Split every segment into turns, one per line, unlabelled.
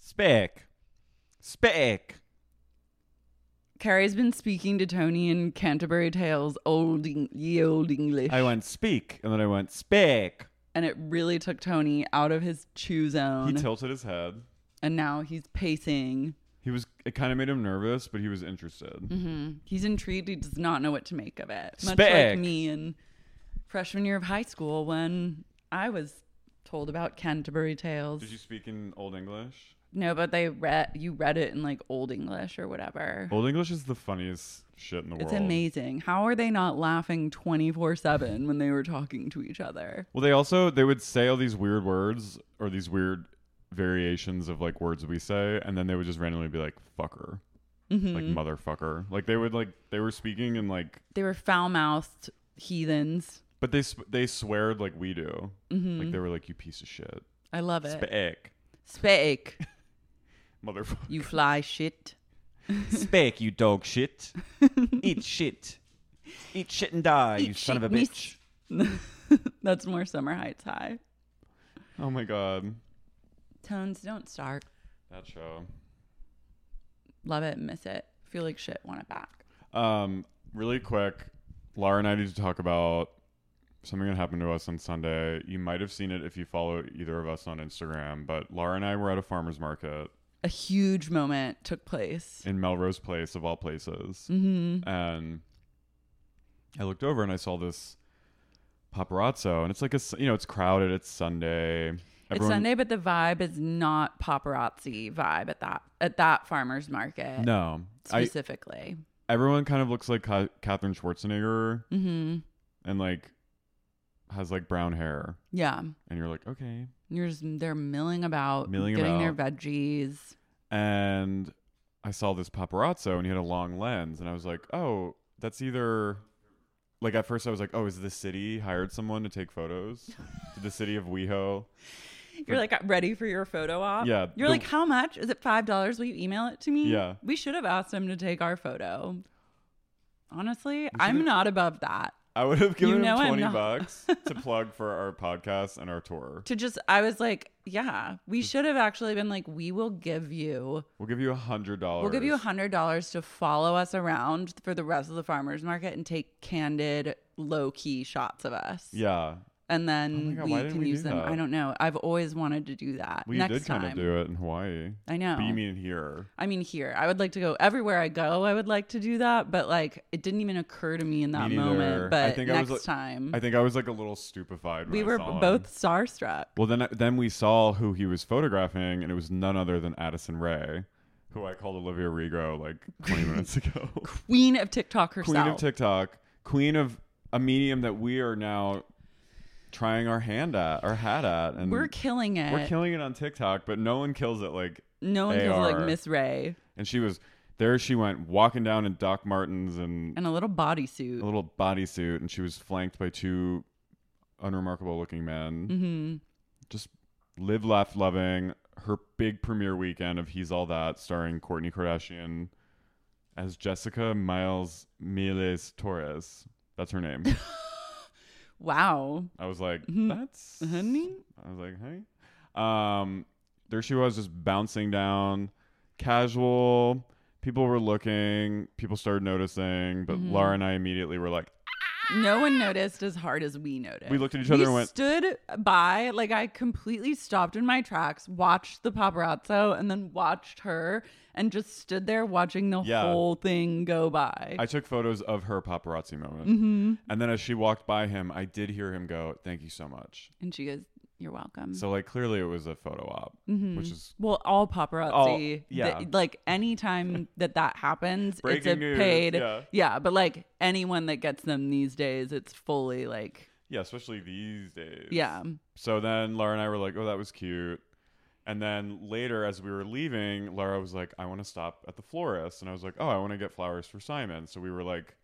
Speak. Speak.
Carrie's been speaking to Tony in Canterbury Tales old Eng- ye old English.
I went speak, and then I went speak.
and it really took Tony out of his chew
He
zone.
tilted his head.
and now he's pacing.
He was. It kind of made him nervous, but he was interested.
Mhm. He's intrigued. He does not know what to make of it. Much
Spec.
like me in freshman year of high school when I was told about Canterbury Tales.
Did you speak in Old English?
No, but they read you read it in like old English or whatever.
Old English is the funniest shit in the
it's
world.
amazing. How are they not laughing 24/7 when they were talking to each other?
Well, they also they would say all these weird words or these weird variations of like words we say, and then they would just randomly be like "fucker,"
Mm-hmm.
like "motherfucker," like they would like they were speaking and like,
They were foul-mouthed heathens.
but they sw- they sweared like we do,
Mm-hmm.
like they were like "you piece of shit,"
I love it.
"speak,"
Spake,
"motherfucker,"
you fly shit.
"speak," you dog shit, eat shit, eat shit and die,
Eat shit, miss. That's more Summer Heights high.
Oh my god,
Tones don't start.
that show.
Love it, miss it. Feel like shit, want it back.
Um, really quick, Laura and I need to talk about something that happened to us on Sunday. You might have seen it if you follow either of us on Instagram, but Laura and I were at a farmer's market
A huge moment took place.
in Melrose Place, of all places.
hmm
And I looked over and I saw this paparazzo, and it's like a, s- you know, it's crowded, it's Sunday.
It's Sunday, but the vibe is not paparazzi vibe at that at that farmers market
No. I,
specifically.
everyone kind of looks like Ka- Katherine Schwarzenegger
hmm
and like has like brown hair.
Yeah,
And you're like, okay,
you're just, they're milling about,
Milling
getting their
about.
veggies.
and I saw this paparazzo and he had a long lens and I was like, "Oh, that's either like at first I was like, "Oh, is the city hired someone to take photos?" to the city of WeHo.
You're like ready for your photo op.
Yeah,
You're
the-
like, how much is it? Five dollars? Will you email it to me?
Yeah.
We should have asked him to take our photo. Honestly,
should
I'm
have-
not above that.
I would have given
know I'm
him 20
not.
bucks to plug for our podcast and our tour.
To just, I was like, yeah, we
Mm.
should have actually been like, we will give you,
We'll give you a $100.
we'll give you a hundred dollars to follow us around for the rest of the farmers market and take candid, low key shots of us.
Yeah. Oh
And
my
then
God, why
we
didn't
can
we
use
do
them.
that?
I don't know. I've always wanted to do that.
We
Next
did kind
time.
of do it in Hawaii.
I know.
But you mean here.
I mean, here, I would like to go everywhere I go. I would like to do that, but like, it didn't even occur to me in that
Me neither.
moment.
I
But
think I was,
next
like-
time,
I think I was like a little stupefied. when
Mm-hmm. we
I
were
saw him.
both starstruck.
Well, then then we saw who he was photographing, and it was none other than Addison Ray, who I called Olivia Rigo like 20 minutes ago.
Queen of TikTok herself.
queen of TikTok, queen of a medium that we are now trying our hand at, our hat at, and
We're killing it.
we're killing it on TikTok, but no one kills it like.
no one
They
feels like
are.
Miss Ray
And she was there. She went walking down in Doc Martens and
and a little bodysuit.
a little bodysuit, and she was flanked by two unremarkable looking men.
hmm
just live laugh loving her big premiere weekend of he's all that starring courtney kardashian as jessica miles miles torres that's her name
Wow.
i was like
Mhm.
that's
Honey?
i was like hey um there she was just bouncing down casual people were looking people started noticing but laura and i immediately were like
No one noticed as hard as we noticed.
We looked at each other
We
and went-
stood by, like I completely stopped in my tracks, watched the paparazzo, and then watched her, and just stood there watching the
Yeah.
whole thing go by.
I took photos of her paparazzi moment. And then as she walked by him, I did hear him go, Thank you so much.
and she goes, "You're welcome."
So, like, clearly it was a photo op,
Mm-hmm.
which is
well, all paparazzi,
All-
th-
yeah.
like anytime that that happens, it's a
Breaking news,
paid,
yeah.
but like anyone that gets them these days, it's fully like
Yeah, especially these days.
Yeah.
So then Laura and I were like, oh, that was cute. And then later, as we were leaving, Laura was like, I want to stop at the florist. And I was like, oh, I want to get flowers for Simon. So we were like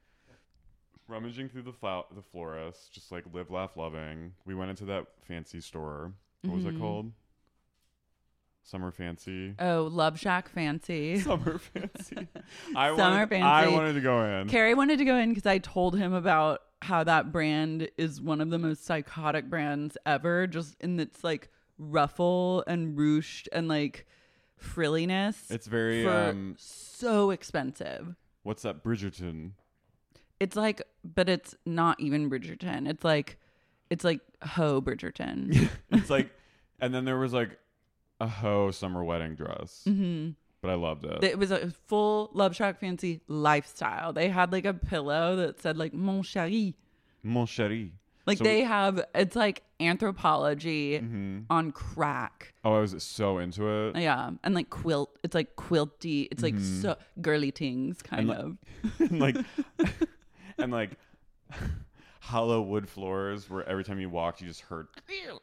rummaging through the, flow- the florist, just like live, laugh, loving. We went into that fancy store. What was it
Mhm.
called? Summer Fancy.
Oh, Love Shack Fancy.
Summer Fancy. I
Summer
wanted, I
Fancy.
wanted to go in.
Carrie wanted to go in because I told him about how that brand is one of the most psychotic brands ever, just in its like ruffle and ruched and like frilliness.
it's very,
for
um,
so expensive.
what's that? Bridgerton.
It's like, but it's not even Bridgerton. It's like, it's like Ho Bridgerton.
it's like, and then there was like a hoe summer wedding dress,
hmm
but I loved it.
It was a full Love Shack Fancy lifestyle. They had like a pillow that said like Mon Chéri.
Mon chéri.
Like
So-
they have, it's like anthropology
Mhm.
on crack.
Oh, I was so into it.
Yeah, and like quilt. It's like quilty. It's like
Mhm.
so girly things kind
like-
of.
and like, and like, hollow wood floors where every time you walked, you just heard.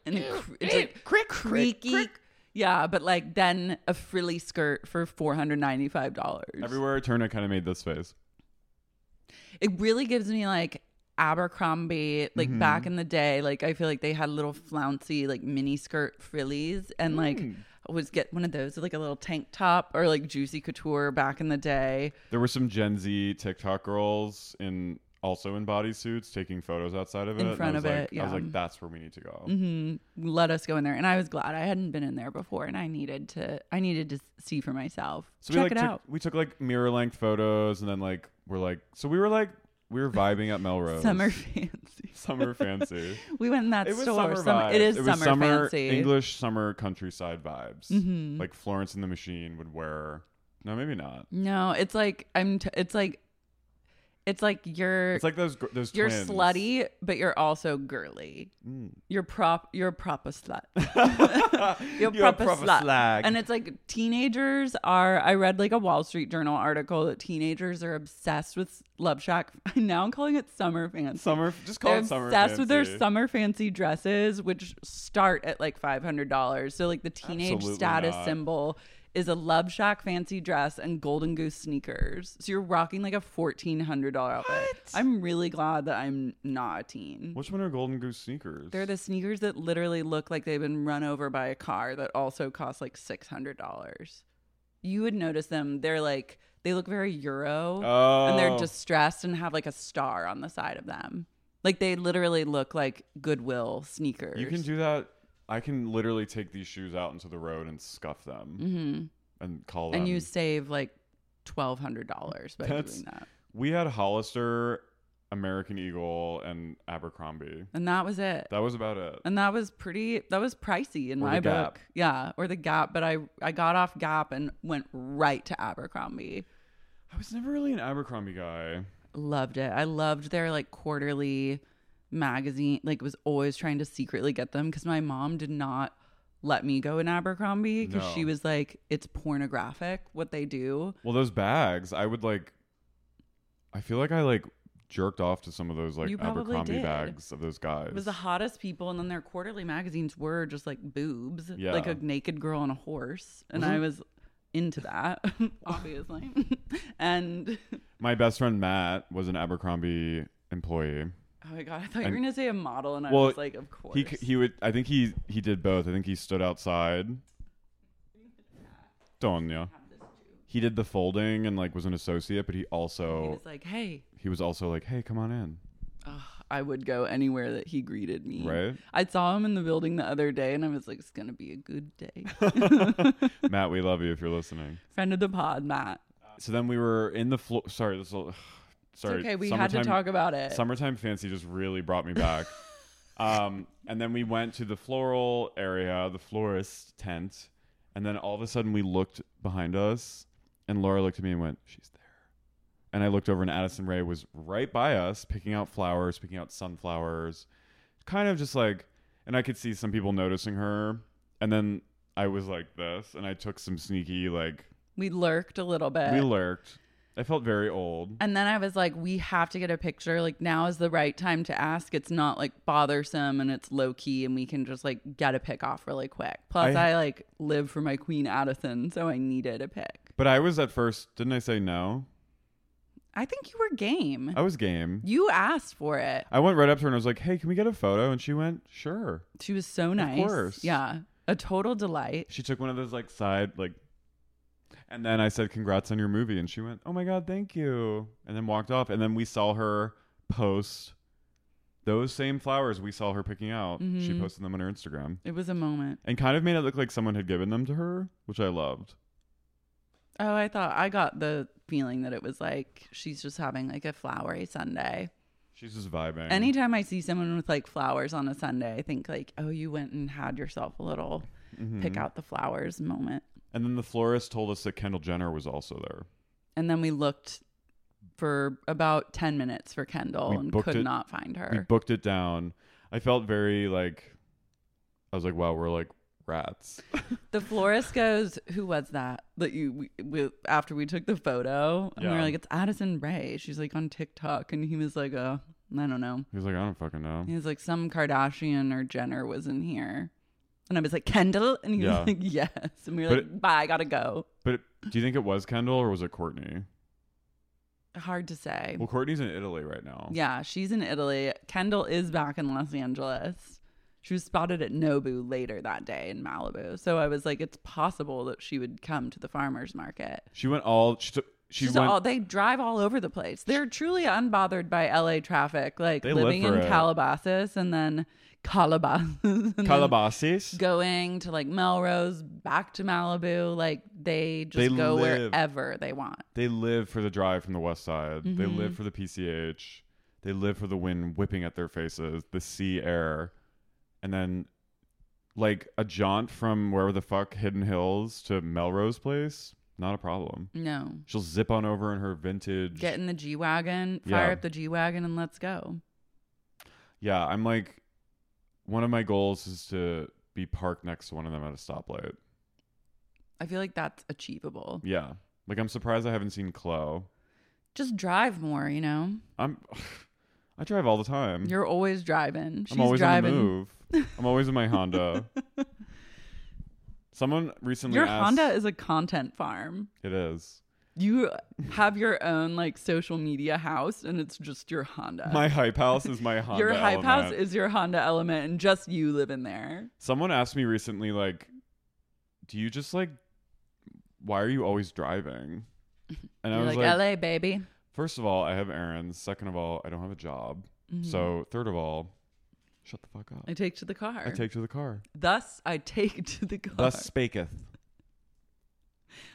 and it cr- it's like creaky. Yeah, but like then a frilly skirt for four hundred ninety five dollars.
Everywhere I turned, I kind of made this face.
It really gives me like Abercrombie, like
Mm-hmm.
back in the day. Like I feel like they had little flouncy like mini skirt frillies, and like
Mm.
I was get one of those with like a little tank top or like Juicy Couture back in the day.
There were some Gen Z TikTok girls in also in bodysuits taking photos outside of it.
In
and I
front
was
of
like-
it,
I was
yeah.
like, that's where we need to go.
Mhm. Let us go in there, and I was glad I hadn't been in there before, and I needed to. I needed to see for myself.
we
Check
like
it
took,
out.
We took like mirror length photos, and then like we're like, so we were like, we were vibing at Melrose.
Summer fancy.
summer fancy.
We went in that
it was
store.
summer, vibes.
it is
it was
summer,
summer,
fancy.
English summer countryside vibes.
Mhm.
Like Florence and the Machine would wear. No, maybe not.
No, it's like I'm. T- it's like, it's like you're
It's like those gr- those
you're
twins.
slutty, but you're also girly.
Mm.
You're prop. You're a proper slut.
you're
You're, proper, slut. And it's like teenagers are. I read like a Wall Street Journal article that teenagers are obsessed with Love Shack. Now I'm calling it summer fancy.
summer. Just call
They're
it
obsessed
summer. fancy.
with their summer fancy dresses, which start at like five hundred dollars. So like the teenage
Absolutely
status
not.
symbol is a Love Shack fancy dress and Golden Goose sneakers. So you're rocking like a fourteen hundred dollar outfit. I'm really glad that I'm not a teen.
Which one are Golden Goose sneakers?
They're the sneakers that literally look like they've been run over by a car that also costs like six hundred dollars. You would notice them. They're like they look very Euro
Oh.
and they're distressed and have like a star on the side of them. Like they literally look like Goodwill sneakers.
You can do that. I can literally take these shoes out into the road and scuff them
hmm
and call them.
and you save like twelve hundred dollars by
That's-
doing that.
we had Hollister, American Eagle, and Abercrombie.
And that was it.
That was about it.
and that was pretty. That was pricey in
Or the
my
Gap.
book. Yeah, or the Gap. But I I got off Gap and went right to Abercrombie.
I was never really an Abercrombie guy.
Loved it. I loved their like quarterly magazine. Like was always trying to secretly get them because my mom did not let me go in Abercrombie because she
No.
was like, it's pornographic what they do.
Well, those bags, I would like. I feel like I like jerked off to some of those like
You probably
Abercrombie
did.
bags of those guys.
It was the hottest people, and then their quarterly magazines were just like boobs,
Yeah. Mm-hmm.
like a naked girl on a horse, and I was into that, obviously. and oh
My best friend Matt was an Abercrombie employee.
oh my god, I thought you
And-
were gonna say a model, and I
Well,
was like, of course.
He c- he would. I think he he did both. I think he stood outside. Donya. He did the folding and like was an associate, but he
he
also
was like, hey,
he was also like, hey, come on in.
Ugh, I would go anywhere that he greeted me.
Right?
I saw him in the building the other day and I was like, it's going to be a good day.
Matt, we love you if you're listening.
Friend of the pod, Matt.
So then we were in the floor. Sorry, this. Will,
It's
sorry.
okay. We had to
Summertime-
talk about it.
Summertime fancy just really brought me back. um, and then we went to the floral area, the florist tent, and then all of a sudden we looked behind us, and Laura looked at me and went, "She's there." And I looked over, and Addison Ray was right by us, picking out flowers, picking out sunflowers, kind of just like. And I could see some people noticing her, and then I was like this, and I took some sneaky like
we lurked a little bit.
we lurked. I felt very old.
And then Uh, I was like, we have to get a picture. Like now is the right time to ask. It's not like bothersome and it's low key and we can just like get a pic off really quick. Plus
I-
I, like live for my Queen Addison, so I needed a pic.
But I was at first, didn't I say no?
I think you were game.
I was game.
You asked for it.
I went right up to her and I was like, "Hey, can we get a photo?" And she went, "Sure."
She was so nice.
course.
Yeah. A total delight.
She took one of those like side like and then I said, "Congrats on your movie." And she went, "Oh my god, thank you." And then walked off and then we saw her post those same flowers we saw her picking out. She
Mhm.
posted them on her Instagram
It was a moment.
and kind of made it look like someone had given them to her, which I loved.
Oh, I thought I got the feeling that it was like she's just having like a flowery Sunday.
She's just vibing.
Anytime I see someone with like flowers on a Sunday, I think like, oh, you went and had yourself a little
Mhm.
pick out the flowers moment.
And then the florist told us that Kendall Jenner was also there.
And then we looked for about 10 minutes for Kendall
We
and
booked
could
it-
not find
We
her.
booked it down. I felt very like I was like, "Wow, we're like rats."
the florist goes, who was that that you, we, we, after we took the photo? And we
Yeah.
were like, it's Addison Ray. She's like on TikTok. And he was like, uh, I don't know.
He was like, "I don't fucking know."
He was like, some Kardashian or Jenner was in here. And I was like, Kendall? And he
Yeah.
was like, yes. And we were
But
like, bye, I gotta go.
But it- do you think it was Kendall or was it Courtney?
Hard to say.
Well, Courtney's in Italy right now.
Yeah, she's in Italy. Kendall is back in Los Angeles. She was spotted at Nobu later that day in Malibu. So I was like, it's possible that she would come to the farmers market.
She went all she took she
She's
went
all, they drive all over the place. They're truly unbothered by LA traffic, like
They live
living in
for it.
Calabasas and then Calabasas. and then
Calabasas.
Going to like Melrose, back to Malibu. Like they just
They
go
live.
wherever they want.
They live for the drive from the west side. They
Mm-hmm.
live for the PCH. They live for the wind whipping at their faces, the sea air. And then like a jaunt from wherever the fuck Hidden Hills to Melrose Place, not a problem.
No.
She'll zip on over in her vintage
Get in the G Wagon,
Yeah.
fire up the G Wagon, and let's go.
Yeah, I'm like one of my goals is to be parked next to one of them at a stoplight.
I feel like that's achievable.
Yeah. Like I'm surprised I haven't seen Chloe.
Just drive more, you know?
I'm I drive all the time.
You're always driving. She's
I'm always
driving.
on the move. I'm always in my Honda. Someone recently
Your
asked
Honda is a content farm.
It is.
You have your own like social media house and it's just your Honda.
My hype house is my Honda.
Uh, your hype house
element.
is your Honda element and just you live in there.
Someone asked me recently like do you just like why are you always driving? And I
You're
was
like,
like
LA baby.
First of all, I have errands. Second of all, I don't have a job.
Mm-hmm.
So third of all, shut the fuck up.
I take to the car.
I take to the car.
Thus I take to the car.
Thus spaketh.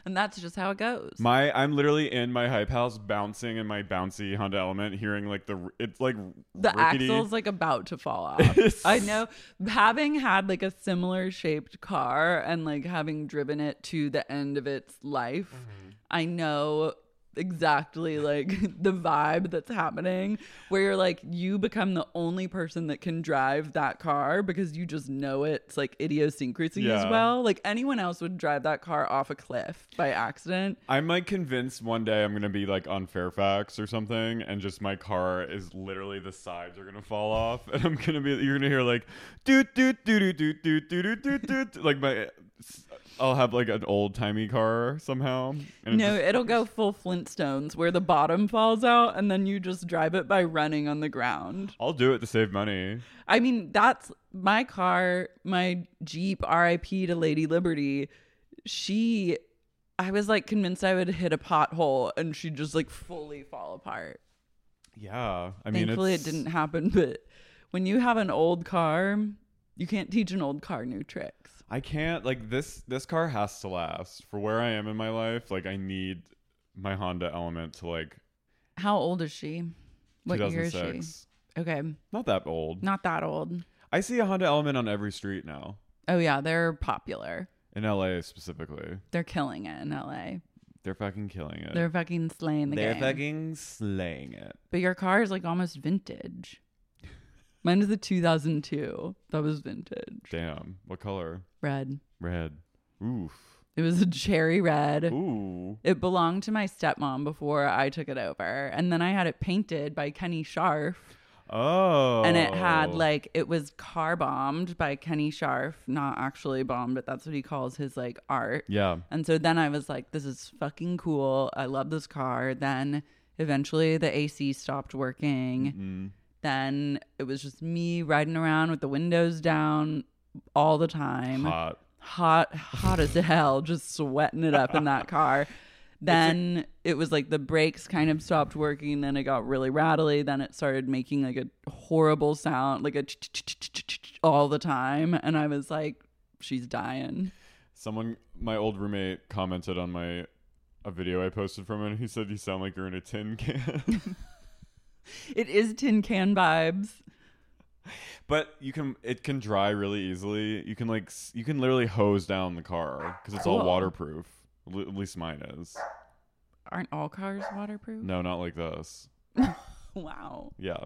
and that's just how it goes.
My, I'm literally in my hype house, bouncing in my bouncy Honda Element, hearing like the, it's like
the
rickety.
axle's like about to fall off. I know having had like a similar shaped car and like having driven it to the end of its life,
Mm-hmm.
I know exactly like the vibe that's happening where you're like you become the only person that can drive that car because you just know it's like idiosyncrasy as
Yeah.
well like anyone else would drive that car off a cliff by accident
I'm like convinced one day I'm gonna be like on Fairfax or something, and just my car is literally the sides are gonna fall off, and I'm gonna be you're gonna hear like doot doot doot doot doot doot doot doot doot doot like my I'll have like an old timey car somehow. And it
No,
just-
it'll go full Flintstones where the bottom falls out and then you just drive it by running on the ground.
I'll do it to save money.
I mean, that's my car, my Jeep, RIP to Lady Liberty. She, I was like convinced I would hit a pothole and she'd just like fully fall apart.
Yeah, I mean,
Thankfully, it
it's-
didn't happen, but when you have an old car, you can't teach an old car new tricks.
I can't like this. This car has to last for where I am in my life. Like, I need my Honda Element to like
How old is she? What year is
2006.
she? Okay,
Not that old.
not that old.
I see a Honda Element on every street now.
Oh, yeah, they're popular.
In LA specifically,
They're killing it in LA.
they're fucking killing it.
They're fucking slaying the
They're
game.
fucking slaying it.
but your car is like almost vintage. Mine is a 2002. That was vintage.
Damn. What color?
Red.
Red. Oof.
It was a cherry red.
Ooh.
It belonged to my stepmom before I took it over. And then I had it painted by Kenny Scharf.
Oh.
And it had like, it was car bombed by Kenny Scharf. Not actually bombed, but that's what he calls his like art.
Yeah.
And so then I was like, this is fucking cool. I love this car. Then eventually the AC stopped working.
Mm.
Then it was just me riding around with the windows down all the time.
Hot.
hot hot as hell just sweating it up in that car then it was like the brakes kind of stopped working then it got really rattly then it started making like a horrible sound like a ch- ch- ch- ch- ch- ch- all the time and i was like she's dying
Someone, my old roommate, commented on my a video I posted from it. He said, "You sound like you're in a tin can."
it is tin can vibes
But you can it can dry really easily. You can like s- you can literally hose down the car because it's all
Cool.
waterproof. L- at least mine is.
aren't all cars waterproof
No, not like this.
wow
Yeah,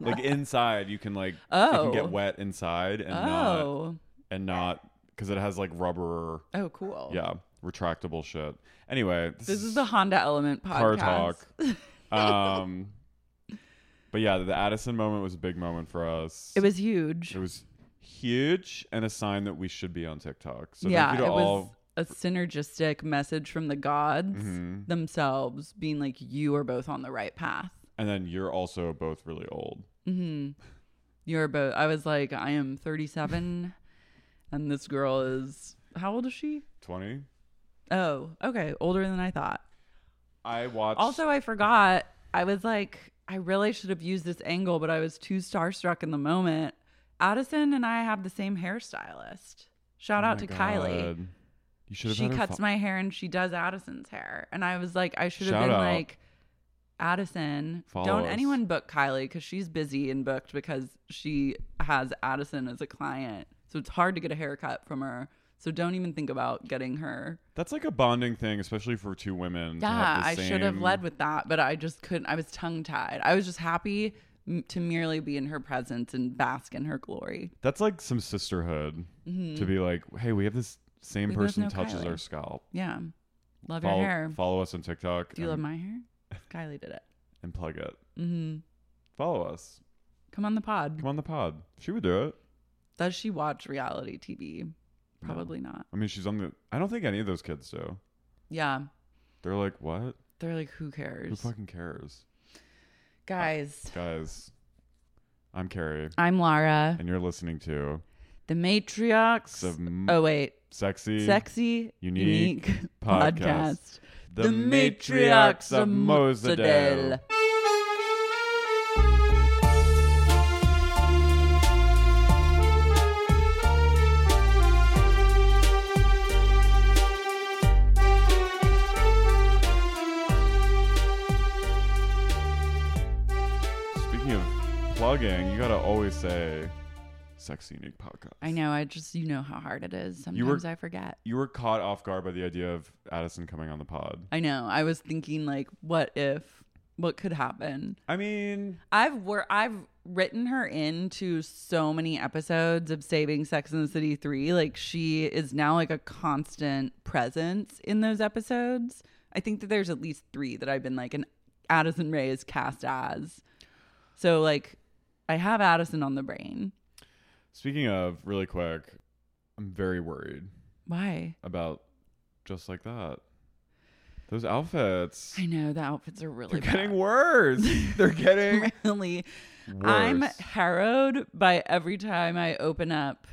like inside you can like it can
Oh.
get wet inside and not
oh
and not because it has like rubber.
oh cool
Yeah, retractable shit. Anyway, this,
this is the honda element podcast
car talk. um, but yeah, the Addison moment was a big moment for us.
it was huge
It was huge and a sign that we should be on TikTok. So
yeah,
thank you
it
to all.
was a synergistic message from the gods
Mhm.
themselves, being like, "You are both on the right path.
And then you're also both really old.
hmm You are both." I was like, "I am 37, and this girl is how old is she?
20?
Oh, okay, older than I thought."
I watched.
Also, I forgot. I was like, I really should have used this angle, but I was too starstruck in the moment. Addison and I have the same hairstylist.
Oh
Shout out
my
to Kylie.
God. You should have
she
had her
cuts
fo-
my hair and she does Addison's hair. And I was like, I should have
Shout
been
out.
like, Addison,
Follow
don't
us.
anyone book Kylie because she's busy and booked because she has Addison as a client. So it's hard to get a haircut from her. So don't even think about getting her.
That's like a bonding thing, especially for two women. to
Yeah,
have the
I should have
same-
led with that, but I just couldn't. I was tongue tied. I was just happy m- to merely be in her presence and bask in her glory.
That's like some sisterhood to be like, hey, we have this same
Mm-hmm. We both
person
know
touches
Kylie.
our scalp.
Yeah. Love
follow,
your hair.
follow us on TikTok
Do you
and,
love my hair? Kylie did it.
and plug it.
hmm
Follow us.
Come on the pod.
Come on the pod. She would do it.
Does she watch reality TV? Probably not.
I mean, she's on the. I don't think any of those kids do.
Yeah.
They're like, what?
They're like, who
Who
cares?
fucking cares?
Guys,
Guys, I'm Carrie,
I'm Lara,
and you're listening to
the matriarch.
Some
oh, wait.
Sexy,
Sexy,
unique
unique,
podcast.
podcast.
the, matriarchs of Mosadale. Speaking of plugging, you gotta always say sexy unique podcast.
I know. I just, you know how hard it is. Sometimes
You were-
I forget.
You were caught off guard by the idea of Addison coming on the pod.
I know. I was thinking, like, what if, what could happen?
I mean,
I've wor- I've written her into so many episodes of Saving Sex in the City 3. Like she is now like a constant presence in those episodes. I think that there's at least 3 that I've been like an Addison Ray is cast as. So like I have Addison on the brain.
speaking of, really quick, I'm very worried
Why?
about just like that. Those outfits.
I know the outfits are really
They're getting
bad.
worse. They're getting
really
worse.
I'm harrowed by every time I open up.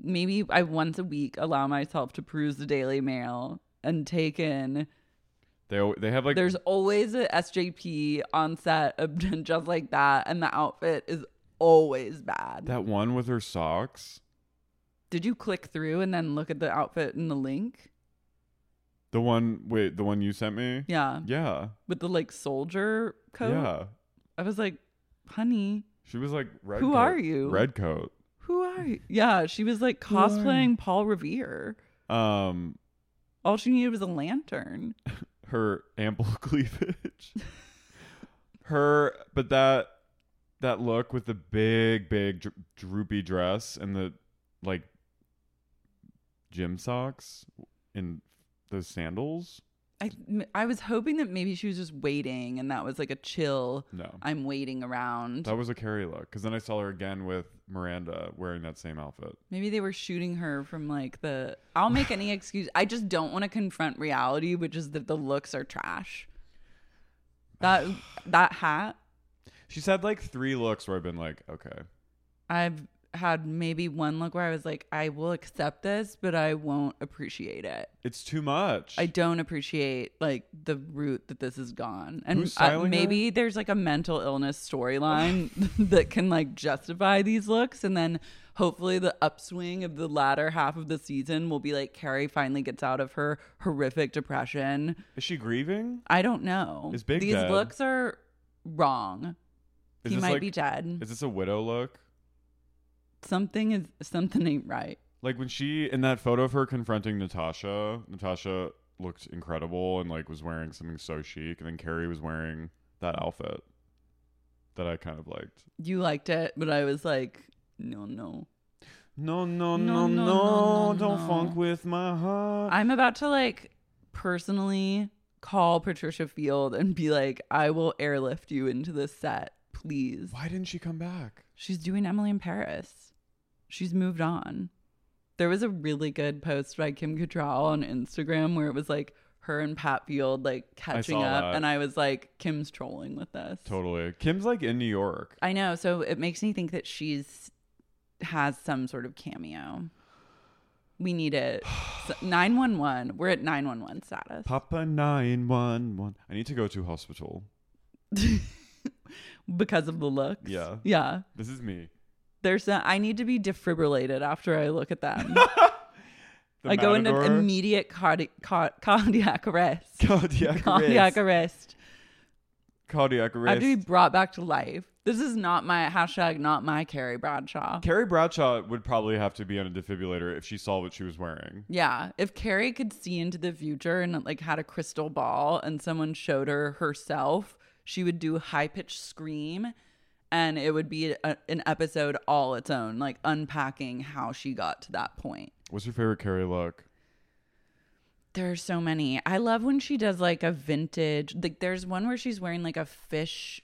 Maybe I once a week allow myself to peruse the Daily Mail and take in.
they al- they have like
There's always a SJP on set of just like that, and the outfit is always bad.
that one with her socks.
Did you click through and then look at the outfit in the link?
The one wait, the one you sent me?
Yeah,
Yeah.
with the like soldier coat.
Yeah.
I was like, honey,
She was like red
Who
coat-
are you?
Red coat.
who are you? Yeah, she was like
Who are you?
cosplaying Paul Revere.
Um
All she needed was a lantern.
her ample cleavage. her but that that look with the big big dr- droopy dress and the like gym socks and those sandals?
I m- I was hoping that maybe she was just waiting, and that was like a chill.
No.
I'm waiting around.
That was a Carrie look. Because then I saw her again with Miranda wearing that same outfit.
Maybe they were shooting her from like the. I'll make any excuse. I just don't want to confront reality, which is that the looks are trash. That that hat.
She's had like three looks where I've been like, okay.
I've had maybe one look where I was like, I will accept this, but I won't appreciate it.
It's too much.
I don't appreciate like the route that this has gone, and
Who's
uh,
styling her?
maybe there's like a mental illness storyline that can like justify these looks, and then hopefully the upswing of the latter half of the season will be like Carrie finally gets out of her horrific depression.
Is she grieving?
I don't know.
Is Big
These
dead?
looks are wrong.
Is
he
this
might
like-
be dead.
Is this a widow look?
something is something ain't right.
Like when she in that photo of her confronting Natasha, Natasha looked incredible and like was wearing something so chic, and then Carrie was wearing that outfit that I kind of liked.
You liked it, but I was like, no, no.
No, no, no, no,
No, no, no, no,
don't
no.
funk with my heart.
I'm about to like personally call Patricia Field and be like, I will airlift you into this set, please.
Why didn't she come back?
She's doing Emily in Paris. She's moved on. There was a really good post by Kim Cattrall on Instagram where it was like her and Pat Field like catching
saw
up,
that.
and I was like, Kim's trolling with this.
Totally. Kim's like in New York.
I know, so it makes me think that she's has some sort of cameo. We need it. Nine one one. We're at nine one one status.
Papa nine one one. I need to go to hospital.
because of the looks.
Yeah.
Yeah.
This is me.
There's a, I need to be defibrillated after I look at them.
The
I go into
Matador.
immediate cardi- car- cardiac arrest.
cardiac
Cardiac
arrest.
arrest.
Cardiac
I
arrest.
have to be brought back to life. This is not my hashtag, not my Carrie Bradshaw.
Carrie Bradshaw would probably have to be on a defibrillator if she saw what she was wearing.
Yeah, if Carrie could see into the future and like had a crystal ball and someone showed her herself, she would do high pitched scream and it would be a, an episode all its own, like unpacking how she got to that point.
What's your favorite Carrie look?
There are so many. I love when she does like a vintage, like there's one where she's wearing like a fish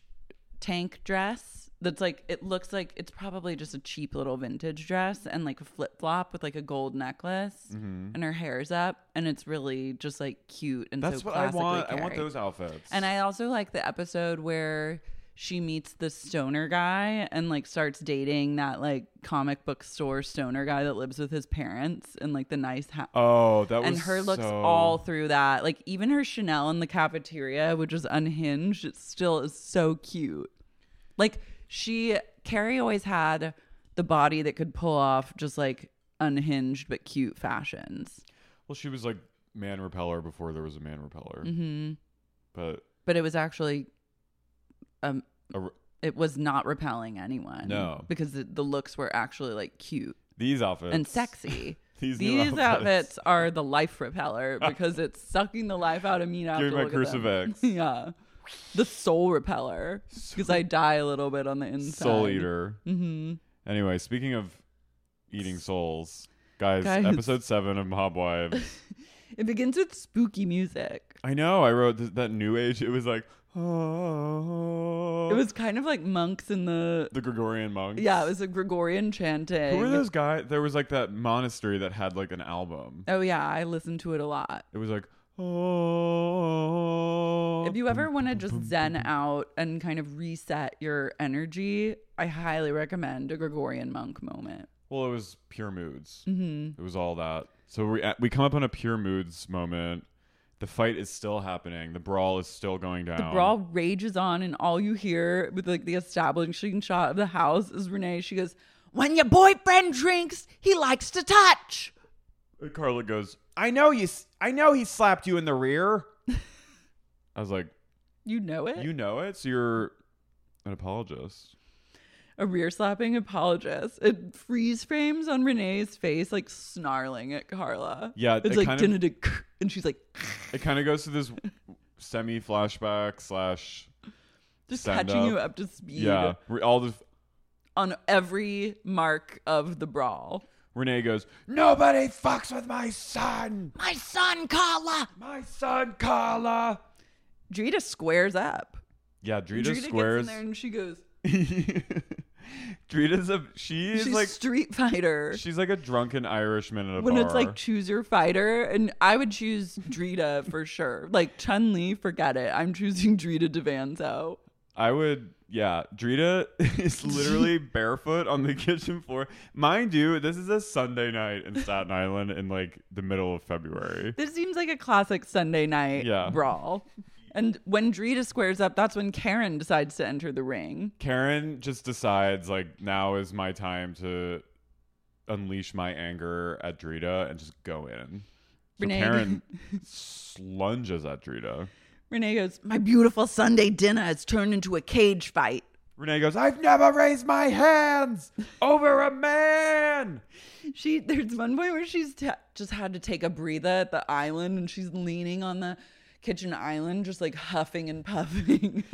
tank dress that's like it looks like it's probably just a cheap little vintage dress and like a flip flop with like a gold necklace
Mm-hmm.
and her hair's up and it's really just like cute and
That's
so
what I
classically
want. I want
carried.
those outfits.
And I also like the episode where she meets the stoner guy and like starts dating that like comic book store stoner guy that lives with his parents and like the nice house
oh, that was
and her looks
so-
all through that. Like even her Chanel in the cafeteria, which is unhinged, it still is so cute. Like she Carrie always had the body that could pull off just like unhinged but cute fashions.
Well, she was like man repeller before there was a man repeller.
hmm
But
But it was actually, um,
a r
it was not repelling anyone.
No.
because the, the looks were actually like cute
these outfits
and sexy.
These, new
These outfits are the life repeller because it's sucking the life out of me now.
Give me my
cursive
Crucifix.
yeah. The soul repeller. Because I die a little bit on the inside.
Soul eater.
hmm
Anyway, speaking of eating souls, guys,
Guys.
episode seven of Mob Wives.
It begins with spooky music.
I know. I wrote th- that new age. It was like oh,
It was kind of like monks in the.
the Gregorian monks.
Yeah, it was a Gregorian chanting.
Who were those guys? There was like that monastery that had like an album.
Oh, yeah. I listened to it a lot.
It was like, oh.
If you ever want to just zen out and kind of reset your energy, I highly recommend a Gregorian monk moment.
Well, it was pure moods. Mm-hmm. It was all that. So we uh, we come up on a pure moods moment. The fight is still happening. The brawl is still going down.
The brawl rages on, and all you hear with like the establishing shot of the house is Renee. She goes, "When your boyfriend drinks, he likes to touch."
And Carla goes, "I know you. s- I know he slapped you in the rear." I was like,
You know it.
"You know it. So you're an apologist."
a rear slapping apologist. It freeze frames on Renee's face, like snarling at Carla.
Yeah, it
it's like
kind
kind
of-
and she's like
It kind of goes to this semi flashback slash
just
Stand
catching
up.
you up to speed
yeah. Re- All the
on every mark of the brawl.
Renee goes, Nobody fucks with my son.
My son, Carla.
My son, Carla.
Drita squares up.
Yeah, Drita,
Drita
squares.
gets in there and she goes.
Drita's a she is
She's
like
Street Fighter.
she's like a drunken Irishman at a
when
bar.
it's like choose your fighter, and I would choose Drita for sure. Like Chun Li, forget it. I'm choosing Drita Devanzo.
I would, yeah. Drita is literally barefoot on the kitchen floor. Mind you, this is a Sunday night in Staten Island in like the middle of February.
This seems like a classic Sunday night
Yeah.
brawl. And when Drita squares up, that's when Karen decides to enter the ring.
Karen just decides like now is my time to unleash my anger at Drita and just go in. So
Renee-
Karen lunges at Drita.
Renee goes, My beautiful Sunday dinner has turned into a cage fight.
Renee goes, I've never raised my hands over a man.
She there's one point where she's ta just had to take a breather at the island, and she's leaning on the kitchen island, just like huffing and puffing.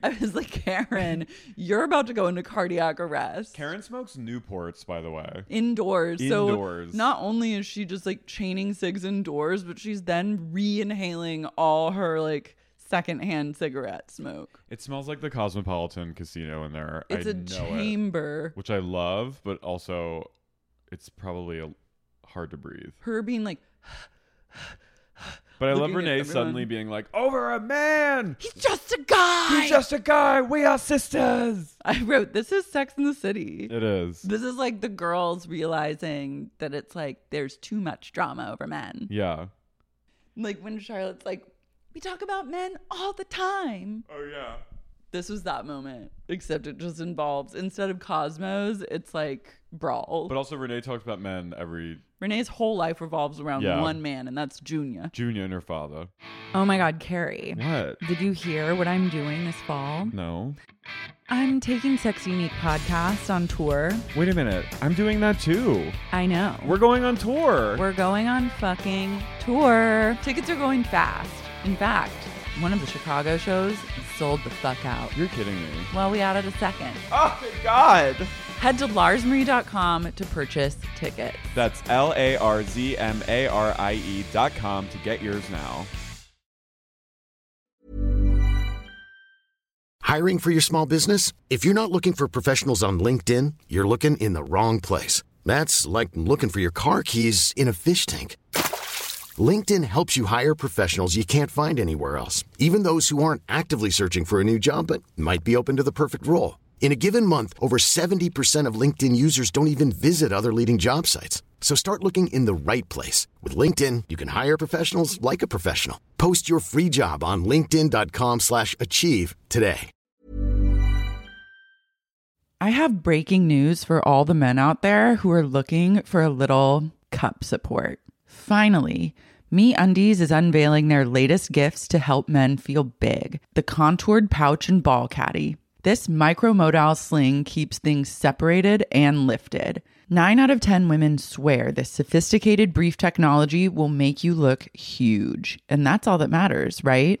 I was like, Karen, you're about to go into cardiac arrest.
Karen smokes Newports, by the way.
Indoors.
Indoors.
So not only is she just like chaining cigs indoors, but she's then re inhaling all her like secondhand cigarette smoke.
It smells like the Cosmopolitan Casino in there.
It's
a
a chamber.
which I love, but also it's probably a, hard to breathe.
Her being like,
But I love
Looking at
Renee
everyone.
suddenly being like, "Over a man.
He's just a guy.
He's just a guy. We are sisters."
I wrote, This is Sex in the City.
It is.
This is like the girls realizing that it's like there's too much drama over men.
Yeah.
Like when Charlotte's like, we talk about men all the time.
Oh yeah.
This was that moment, except it just involves instead of Cosmos, it's like Brawl.
But also Renee talks about men every
Renee's whole life revolves around
Yeah.
one man, and that's Junior.
Junior and her father.
Oh my God, Carrie.
What?
Did you hear what I'm doing this fall?
No.
I'm taking Sex Unique podcast on tour.
Wait a minute. I'm doing that too.
I know.
We're going on tour.
We're going on fucking tour. Tickets are going fast. In fact, one of the Chicago shows sold the fuck out.
You're kidding me.
Well, we added a second.
Oh my god.
Head to larsmarie.com to purchase tickets.
That's L A R Z M A R I E dot com to get yours now.
Hiring for your small business? If you're not looking for professionals on LinkedIn, you're looking in the wrong place. That's like looking for your car keys in a fish tank. LinkedIn helps you hire professionals you can't find anywhere else, even those who aren't actively searching for a new job but might be open to the perfect role. In a given month, over 70% of LinkedIn users don't even visit other leading job sites. So start looking in the right place. With LinkedIn, you can hire professionals like a professional. Post your free job on linkedin.com/achieve slash achieve today.
I have breaking news for all the men out there who are looking for a little cup support. Finally, Me Undies is unveiling their latest gifts to help men feel big the contoured pouch and ball caddy. This micromodal sling keeps things separated and lifted. Nine out of 10 women swear this sophisticated brief technology will make you look huge. And that's all that matters, right?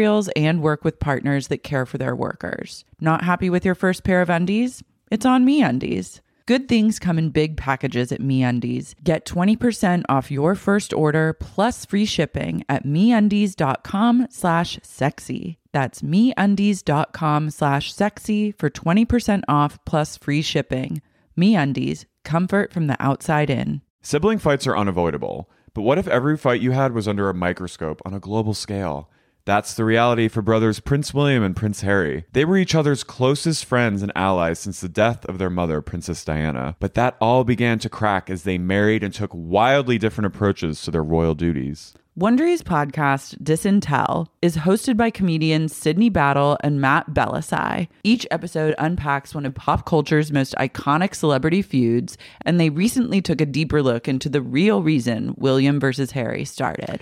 and work with partners that care for their workers. Not happy with your first pair of undies? It's on me undies. Good things come in big packages at MeUndies. Get 20% off your first order plus free shipping at MeUndies.com slash sexy. That's MeUndies.com slash sexy for 20% off plus free shipping. MeUndies, comfort from the outside in.
Sibling fights are unavoidable, but what if every fight you had was under a microscope on a global scale? That's the reality for brothers Prince William and Prince Harry. They were each other's closest friends and allies since the death of their mother, Princess Diana, but that all began to crack as they married and took wildly different approaches to their royal duties.
Wondery's podcast, Disintel, is hosted by comedians Sydney Battle and Matt Belisai. Each episode unpacks one of pop culture's most iconic celebrity feuds, and they recently took a deeper look into the real reason William versus Harry started.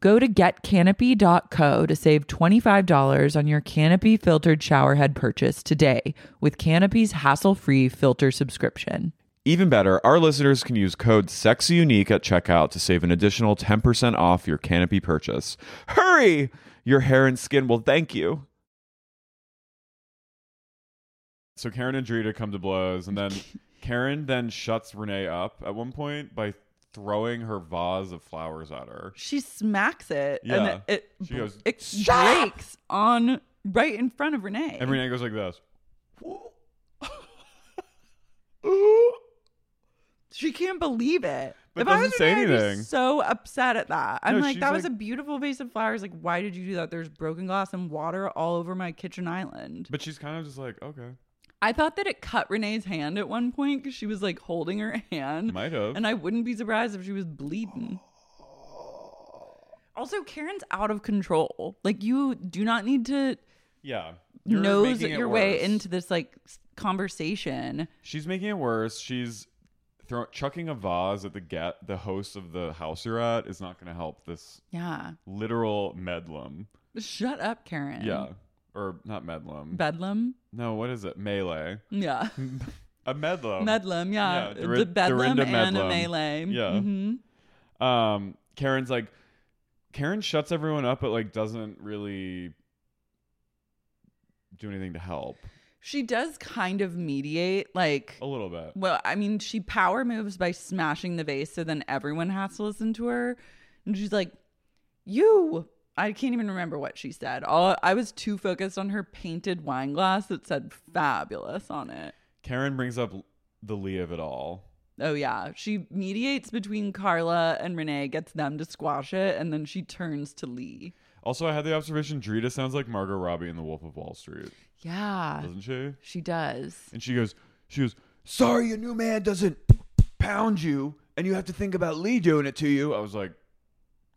Go to getcanopy.co to save $25 on your Canopy filtered showerhead purchase today with Canopy's hassle free filter subscription.
Even better, our listeners can use code SEXYUNIQUE at checkout to save an additional 10% off your Canopy purchase. Hurry! Your hair and skin will thank you. So Karen and Drita come to blows, and then Karen then shuts Renee up at one point by throwing her vase of flowers at her.
She smacks it
and Yeah.
and it,
it- She goes,
it
"Shut up!"
breaks on right in front of Renee.
And Renee goes like this.
She can't believe it.
But
if I
doesn't
was
say
Renee, I'd be
anything.
so upset at that. I'm
No,
like,
she's
that was a
like-
beautiful vase of flowers. Like, why did you do that? There's broken glass and water all over my kitchen island.
But she's kind of just like, okay,
I thought that it cut Renee's hand at one point because she was like holding her hand.
might have.
And I wouldn't be surprised if she was bleeding. Also, Karen's out of control. Like, you do not need to
yeah. You're
nose
making it
your way
worse.
into this like s- conversation.
She's making it worse. She's throw- chucking a vase at the get the host of the house you're at is not going to help this
Yeah.
literal medlum.
Shut up, Karen.
Yeah, or not medlum.
Bedlam.
no, what is it? Melee.
Yeah.
A medlum.
Medlam, yeah.
Oh. Yeah, Dor-
The Bedlam
Dorinda
and a
Medlam.
melee.
Yeah.
Mhm.
um, Karen's like, Karen shuts everyone up, but like doesn't really do anything to help.
She does kind of mediate, like,
A little bit.
well, I mean, she power moves by smashing the vase, so then everyone has to listen to her. And she's like, You. I can't even remember what she said. All I was too focused on her painted wine glass that said fabulous on it.
Karen brings up the Lee of it all.
Oh, yeah. She mediates between Carla and Renee, gets them to squash it, and then she turns to Lee.
Also, I had the observation Drita sounds like Margot Robbie in The Wolf of Wall Street,
Yeah,
doesn't she?
she does.
And she goes, she goes, sorry, your new man doesn't pound you, and you have to think about Lee doing it to you. I was like,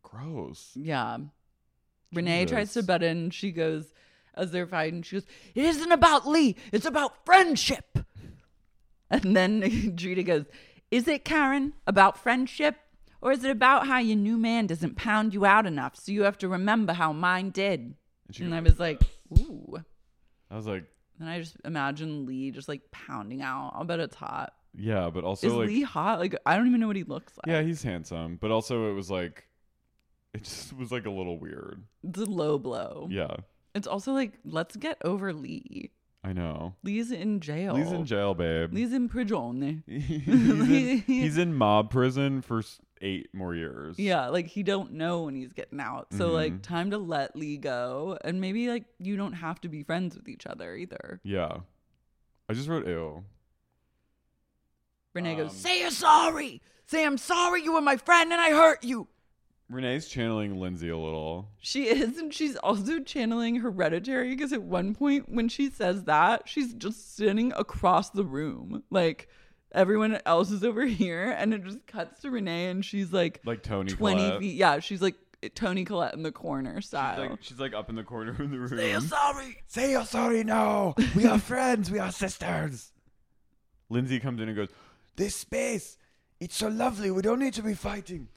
gross.
Yeah. Renee tries to
Jesus.
butt in. She goes, as they're fighting, she goes, It isn't about Lee. It's about friendship. And then Drita goes, Is it, Karen, about friendship? Or is it about how your new man doesn't pound you out enough so you have to remember how mine did?
And she
And I
goes,
was like, Ooh.
I was like,
Then I just imagine Lee just like pounding out. I'll bet it's hot.
yeah, but also
is
like,
Lee hot? Like, I don't even know what he looks like.
yeah, he's handsome, but also it was like, it just was like a little weird.
It's a low blow.
Yeah,
It's also like, let's get over Lee.
I know.
Lee's in jail.
Lee's in jail, babe.
Lee's in prigione.
he's, in, he's in mob prison for s- eight more years.
Yeah, like he don't know when he's getting out. So like
Mhm.
time to let Lee go and maybe like you don't have to be friends with each other either.
Yeah. I just wrote ew.
Renee
Um,
goes, "Say you're sorry. Say I'm sorry you were my friend and I hurt you."
Renee's channeling Lindsay a little.
She is, and she's also channeling hereditary because at one point when she says that, she's just sitting across the room. Like everyone else is over here, and it just cuts to Renee, and she's like
Like Tony
20
Collette.
feet. Yeah, she's like Tony Collette in the corner
She's
style.
like, she's like up in the corner of the
"Say you're
room.
sorry.
Say you're sorry now. We are friends. We are sisters. Lindsay comes in and goes, This space, it's so lovely. We don't need to be fighting.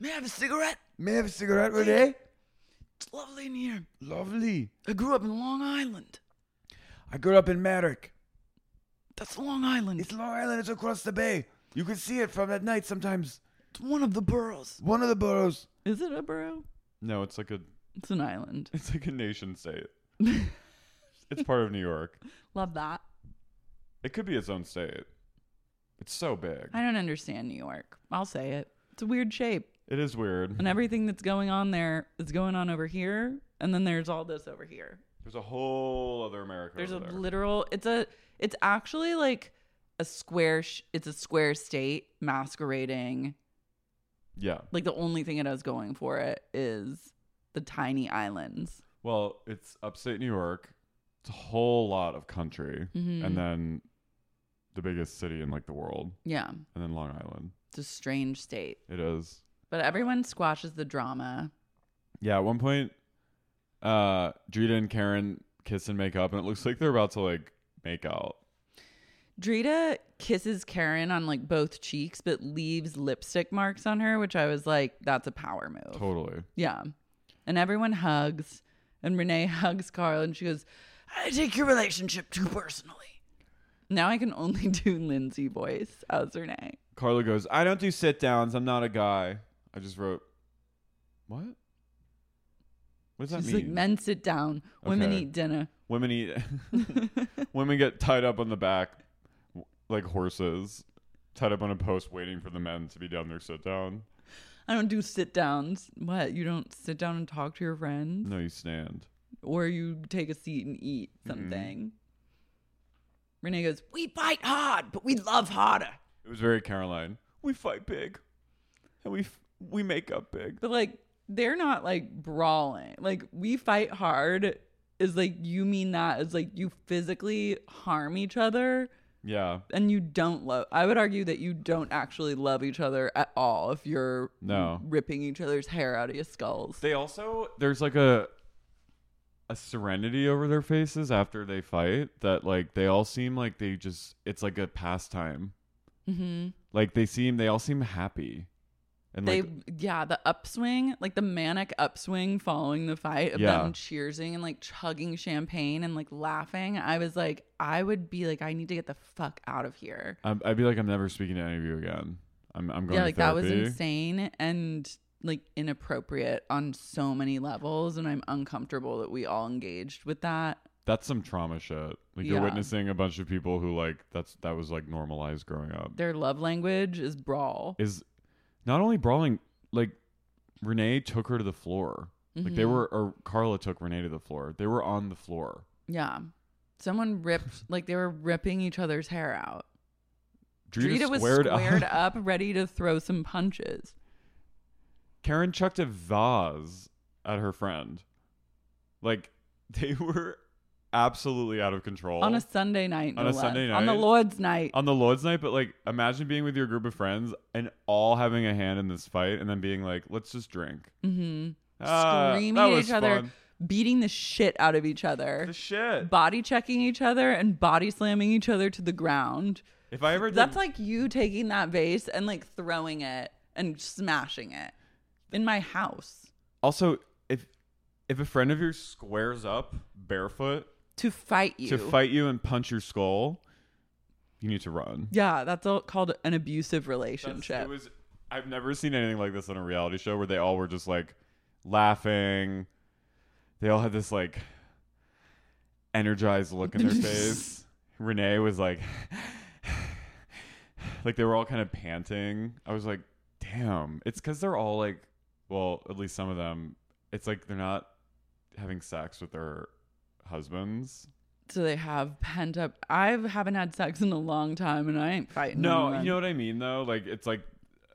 May I have a cigarette?
May I have a cigarette, Renee?
It's lovely in here.
Lovely.
I grew up in Long Island.
I grew up in Merrick.
That's Long Island.
It's Long Island. It's across the bay. You can see it from that night sometimes.
It's one of the boroughs.
One of the boroughs.
Is it a borough?
No, it's like a
It's an island.
it's like a nation state. it's part of New York.
Love that.
It could be its own state. It's so big.
I don't understand New York. I'll say it. It's a weird shape.
It is weird.
And everything that's going on there is going on over here. And then there's all this over here.
There's a whole other America.
There's a
over there.
literal, it's a, it's actually like a square, sh- it's a square state masquerading.
yeah.
Like the only thing it has going for it is the tiny islands.
Well, it's upstate New York. It's a whole lot of country,
Mhm.
and then the biggest city in like the world,
Yeah.
and then Long Island.
It's a strange state.
It is.
But everyone squashes the drama.
Yeah. At one point, uh, Drita and Karen kiss and make up, and it looks like they're about to like make out.
Drita kisses Karen on like both cheeks, but leaves lipstick marks on her, which I was like, that's a power move.
Totally.
Yeah. And everyone hugs, and Renee hugs Carl, and she goes, I take your relationship too personally. Now I can only do Lindsay voice as Renee.
Carla goes, "I don't do sit downs. I'm not a guy." I just wrote, "What? What does that
She's like,
mean?"
men sit down, women
Okay.
eat dinner.
Women eat. Women get tied up on the back, w- like horses, tied up on a post, waiting for the men to be done their sit down.
I don't do sit downs. What? You don't sit down and talk to your friends?
No, Mm-hmm. you stand.
Or you take a seat and eat something? Renee goes, We fight hard, but we love harder.
It was very Caroline. We fight big, and we f- we make up big.
But like they're not like brawling. Like we fight hard is like you mean that is like you physically harm each other
Yeah,
and you don't love I would argue that you don't actually love each other at all if you're
No.
ripping each other's hair out of your skulls.
They also there's like a a serenity over their faces after they fight that like they all seem like they just it's like a pastime.
Mhm.
Like they seem they all seem happy. And
They
like
yeah, the upswing, like the manic upswing following the fight of
Yeah.
them cheersing and like chugging champagne and like laughing. I was like I would be like I need to get the fuck out of here.
I'm, I'd be like I'm never speaking to any of you again. I'm I'm going
yeah
to
like that
therapy.
was insane and like inappropriate on so many levels and i'm uncomfortable that we all engaged with that
That's some trauma shit. Like you're
Yeah.
witnessing a bunch of people who like that's that was like normalized growing up.
their love language is brawl
Is not only brawling like Renee took her to the floor. Like they
Mhm.
were or Carla took Renee to the floor. They were on the floor.
yeah someone ripped like they were ripping each other's hair out
Drita,
was
squared, up.
up. ready to throw some punches
Karen chucked a vase at her friend. Like they were absolutely out of control
on a sunday night
On
no
a Sunday
less. on the
night? Uh,
lord's night
on the Lord's night. But like, imagine being with your group of friends and all having a hand in this fight, and then being like, "Let's just drink."
hmm
Ah,
screaming
that
at
was
each other
fun.
beating the shit out of each other
The shit.
body checking each other and body slamming each other to the ground
If I ever did,
That's like you taking that vase and like throwing it and smashing it in my house
also if if a friend of yours squares up barefoot
to fight you.
to fight you and punch your skull, you need to run.
Yeah, that's all called an abusive
That's-
relationship.
It was. I've never seen anything like this on a reality show where they all were just like laughing. They all had this like energized look in their face. Renee was like, like they were all kind of panting. I was like, damn, it's because they're all like, well, at least some of them. It's like they're not having sex with their husbands.
so they have pent up. I haven't had sex in a long time and I ain't fighting.
No,
anyone.
you know what I mean though. Like it's like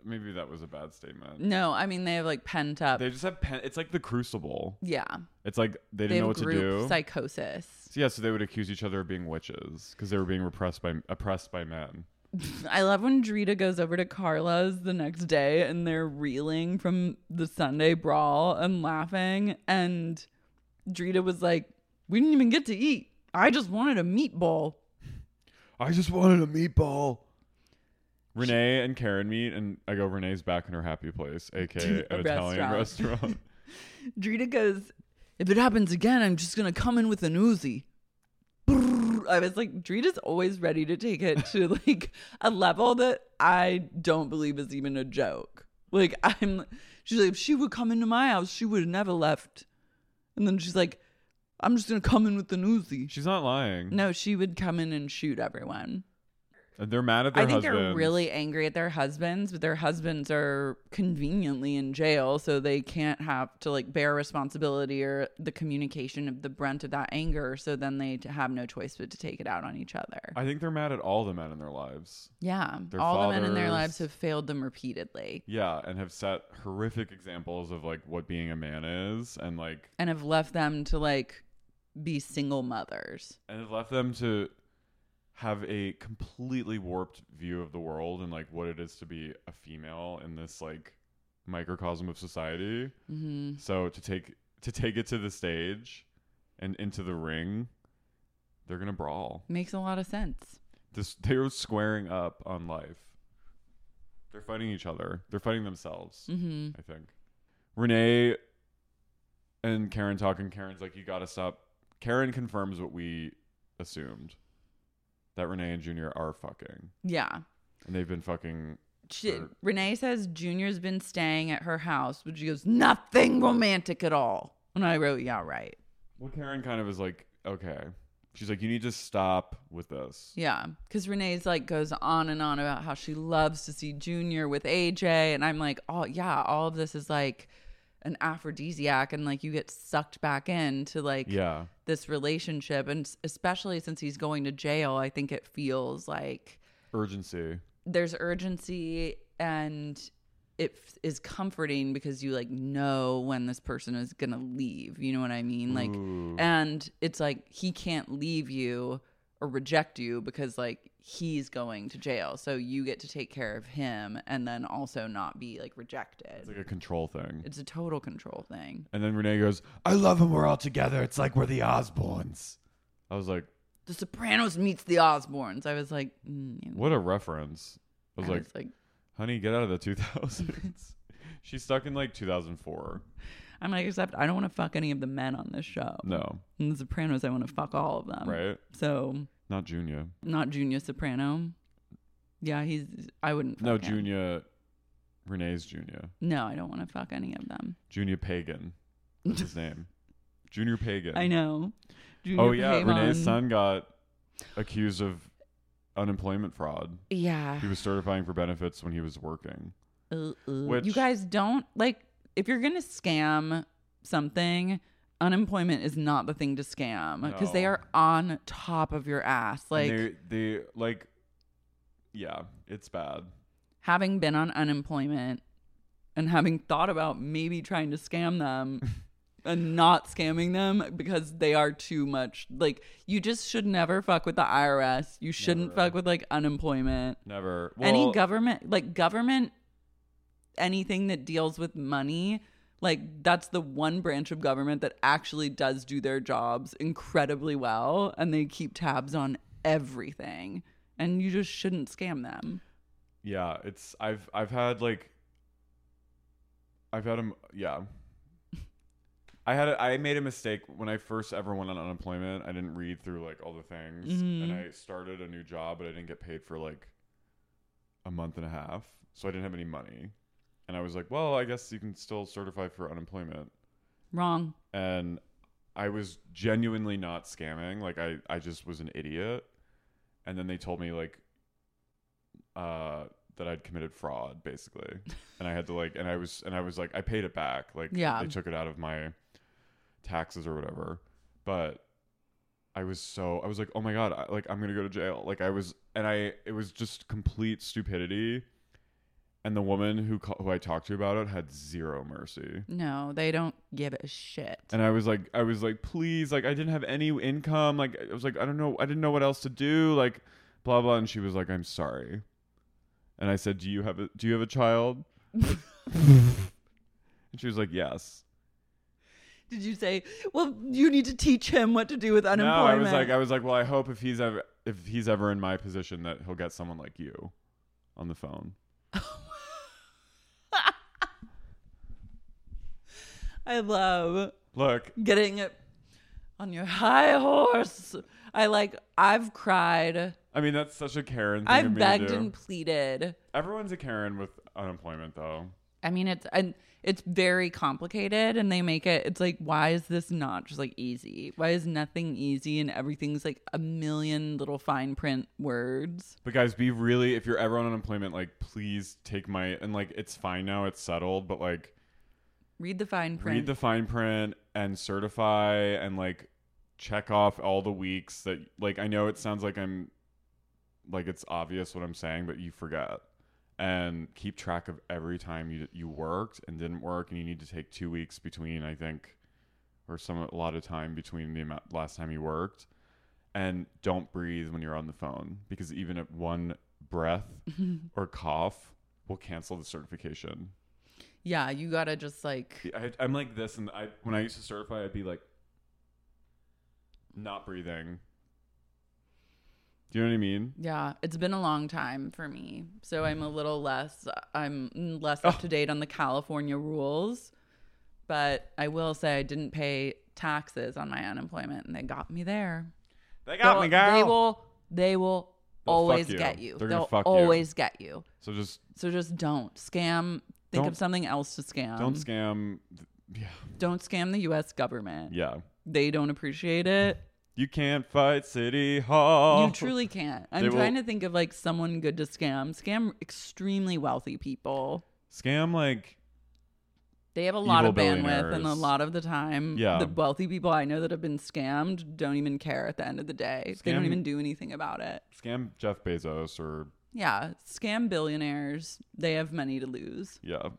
maybe that was a bad statement.
No, I mean they have like pent up.
They just have pen. It's like the crucible.
yeah,
It's like they
they
didn't know what
have
to
group
do.
psychosis.
So, yeah, so they would accuse each other of being witches because they were being repressed by oppressed by men.
I love when Drita goes over to Carla's the next day and they're reeling from the Sunday brawl and laughing. And Drita was like, "We didn't even get to eat. I just wanted a meatball."
I just wanted a meatball. Renee and Karen meet, and I go, Renee's back in her happy place, aka
A
an Italian
restaurant.
restaurant.
Drita goes, "If it happens again, I'm just gonna come in with an Uzi." Brrr. I was like, Drita's always ready to take it to like a level that I don't believe is even a joke. Like I'm, she's like, if she would come into my house, she would have never left. And then she's like, I'm just gonna come in with an Uzi.
She's not lying.
No, she would come in and shoot everyone.
And They're mad at their
I think they're
husbands.
really angry at their husbands, but their husbands are conveniently in jail, so they can't have to like bear responsibility or the communication of the brunt of that anger. So then they t- have no choice but to take it out on each other.
I think they're mad at all the men in their lives.
yeah,
Their
all the men in their
fathers-
lives have failed them repeatedly
Yeah, and have set horrific examples of like what being a man is, and like
and have left them to like be single mothers.
and have left them to have a completely warped view of the world and like what it is to be a female in this like microcosm of society.
hmm
So to take to take it to the stage and into the ring, they're gonna brawl.
Makes a lot of sense.
This they're squaring up on life. They're fighting each other. They're fighting themselves.
hmm
I think Renee and Karen talking. Karen's like, "You gotta stop." Karen confirms what we assumed that Renee and Junior are fucking,
Yeah.
and they've been fucking.
She,
Or-
Renee says Junior's been staying at her house, but she goes, nothing romantic at all. And I wrote, yeah, right.
Well, Karen kind of is like, "Okay." She's like, "You need to stop with this."
Yeah. Because Renee's like goes on and on about how she loves to see Junior with AJ. And I'm like, oh, yeah, all of this is like an aphrodisiac. And like you get sucked back into like
Yeah.
this relationship. And s- especially since he's going to jail, I think it feels like
Urgency.
there's urgency and it f- is comforting because you like know when this person is gonna leave you know what i mean like eh,
Ooh.
and it's like he can't leave you or reject you because like he's going to jail so you get to take care of him and then also not be like
It's
rejected
like a control thing.
it's a total control thing
And then Renee goes, I love him. We're all together. It's like we're the Osbournes. I was like,
the sopranos meets the osbornes i was like mm, yeah.
what a reference. I was
I
like,
was like
honey, get out of the 2000s. She's stuck in like 2004.
i'm like except i don't want to fuck any of the men on this show
No,
in the sopranos i want to fuck all of them
right?
so
Not Junior.
not Junior Soprano. Yeah, he's. I wouldn't. Fuck
No,
him.
Junior. Renee's Junior.
No, I don't want to fuck any of them.
Junior Pagan. That's his name. Junior Pagan.
I know. Junior
Oh, yeah. Renee's
Pavon.
son got accused of unemployment fraud.
Yeah.
He was certifying for benefits when he was working.
Ooh, ooh.
Which-
Uh, you guys don't like if you're gonna scam something. Unemployment is not the thing to scam because they
No.
are on top of your ass. Like
And they, they like yeah it's bad
having been on unemployment and having thought about maybe trying to scam them and not scamming them because they are too much like you just should never fuck with the IRS. You shouldn't
Never.
fuck with like unemployment.
never
Any
Well,
government like government anything that deals with money like that's the one branch of government that actually does do their jobs incredibly well and they keep tabs on everything and you just shouldn't scam them.
yeah it's i've i've had like i've had him yeah i had a, i made a mistake when i first ever went on unemployment i didn't read through like all the things and
Mhm.
i started a new job but i didn't get paid for like a month and a half so i didn't have any money and i was like well i guess you can still certify for unemployment
Wrong.
and I was genuinely not scamming. Like I, I just was an idiot. And then they told me like uh that I'd committed fraud basically. and I had to like and I was and I was like I paid it back. Like
Yeah.
they took it out of my taxes or whatever. But I was so I was like, "Oh my god, I, like I'm going to go to jail." Like I was and I it was just complete stupidity. and the woman who ca- who I talked to about it had zero mercy.
No, they don't give a shit.
And I was like, I was like, please, like I didn't have any income. Like I was like, I don't know, I didn't know what else to do. Like, blah blah. And she was like, I'm sorry. And I said, Do you have a Do you have a child? and she was like, Yes.
Did you say, well, you need to teach him what to do with
No, I
unemployment?
was like, I was like, well, I hope if he's ever if he's ever in my position that he'll get someone like you on the phone.
I love
Look,
getting it on your high horse. I like, I've cried.
I mean, that's such a Karen thing. of
I've
me to
begged
do.
and pleaded.
Everyone's a Karen with unemployment, though.
I mean, it's and it's very complicated, and they make it. It's like, why is this not just like easy? Why is nothing easy, and everything's like a million little fine print words?
But guys, be really if you're ever on unemployment, like please take my and like it's fine now, it's settled, but like
Read the fine print.
read the fine print and certify and like check off all the weeks that like I know it sounds like I'm like it's obvious what I'm saying, but you forget. And keep track of every time you you worked and didn't work and you need to take 2 weeks between I think or some a lot of time between the amount, last time you worked and don't breathe when you're on the phone because even if one breath or cough will cancel the certification
yeah, you gotta just like
I, I'm like this, and I when I used to certify, I'd be like, not breathing. Do you know what I mean?
Yeah, it's been a long time for me. So I'm a little less I'm
Oh.
less up to date on the California rules. But I will say I didn't pay taxes on my unemployment and they got me there.
They
They'll- They will they will
They'll fuck
always
you.
get you.
They're gonna
They'll
fuck you.
always get you.
So just
So just don't scam. Think
Don't-
of something else to scam.
don't scam. Yeah,
Don't scam the US government.
yeah.
They don't appreciate it.
You can't fight City Hall.
You truly can't. I'm
Oh. They will-
trying to think of like someone good to scam. Scam extremely wealthy people.
scam like
They have a lot
Evil
of bandwidth, and a
billionaires.
lot of the time,
Yeah.
the wealthy people I know that have been scammed don't even care at the end of the day. They don't
Scam-
even do anything about it.
scam Jeff Bezos or
Yeah, scam billionaires. They have money to lose.
yeah.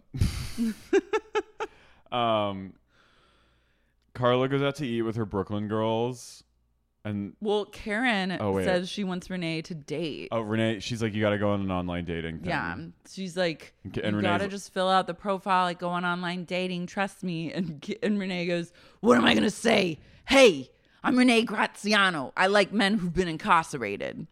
um, Carla goes out to eat with her Brooklyn girls, and
Well, Karen
Oh, wait.
says she wants Renee to date.
oh Renee, she's like, you got to go on an online dating thing.
yeah, she's like,
And
you
K- and Renee's
gotta
like-
just fill out the profile, like go on online dating. Trust me. And K- and Renee goes, "What am I gonna say? Hey, I'm Renee Graziano. I like men who've been incarcerated."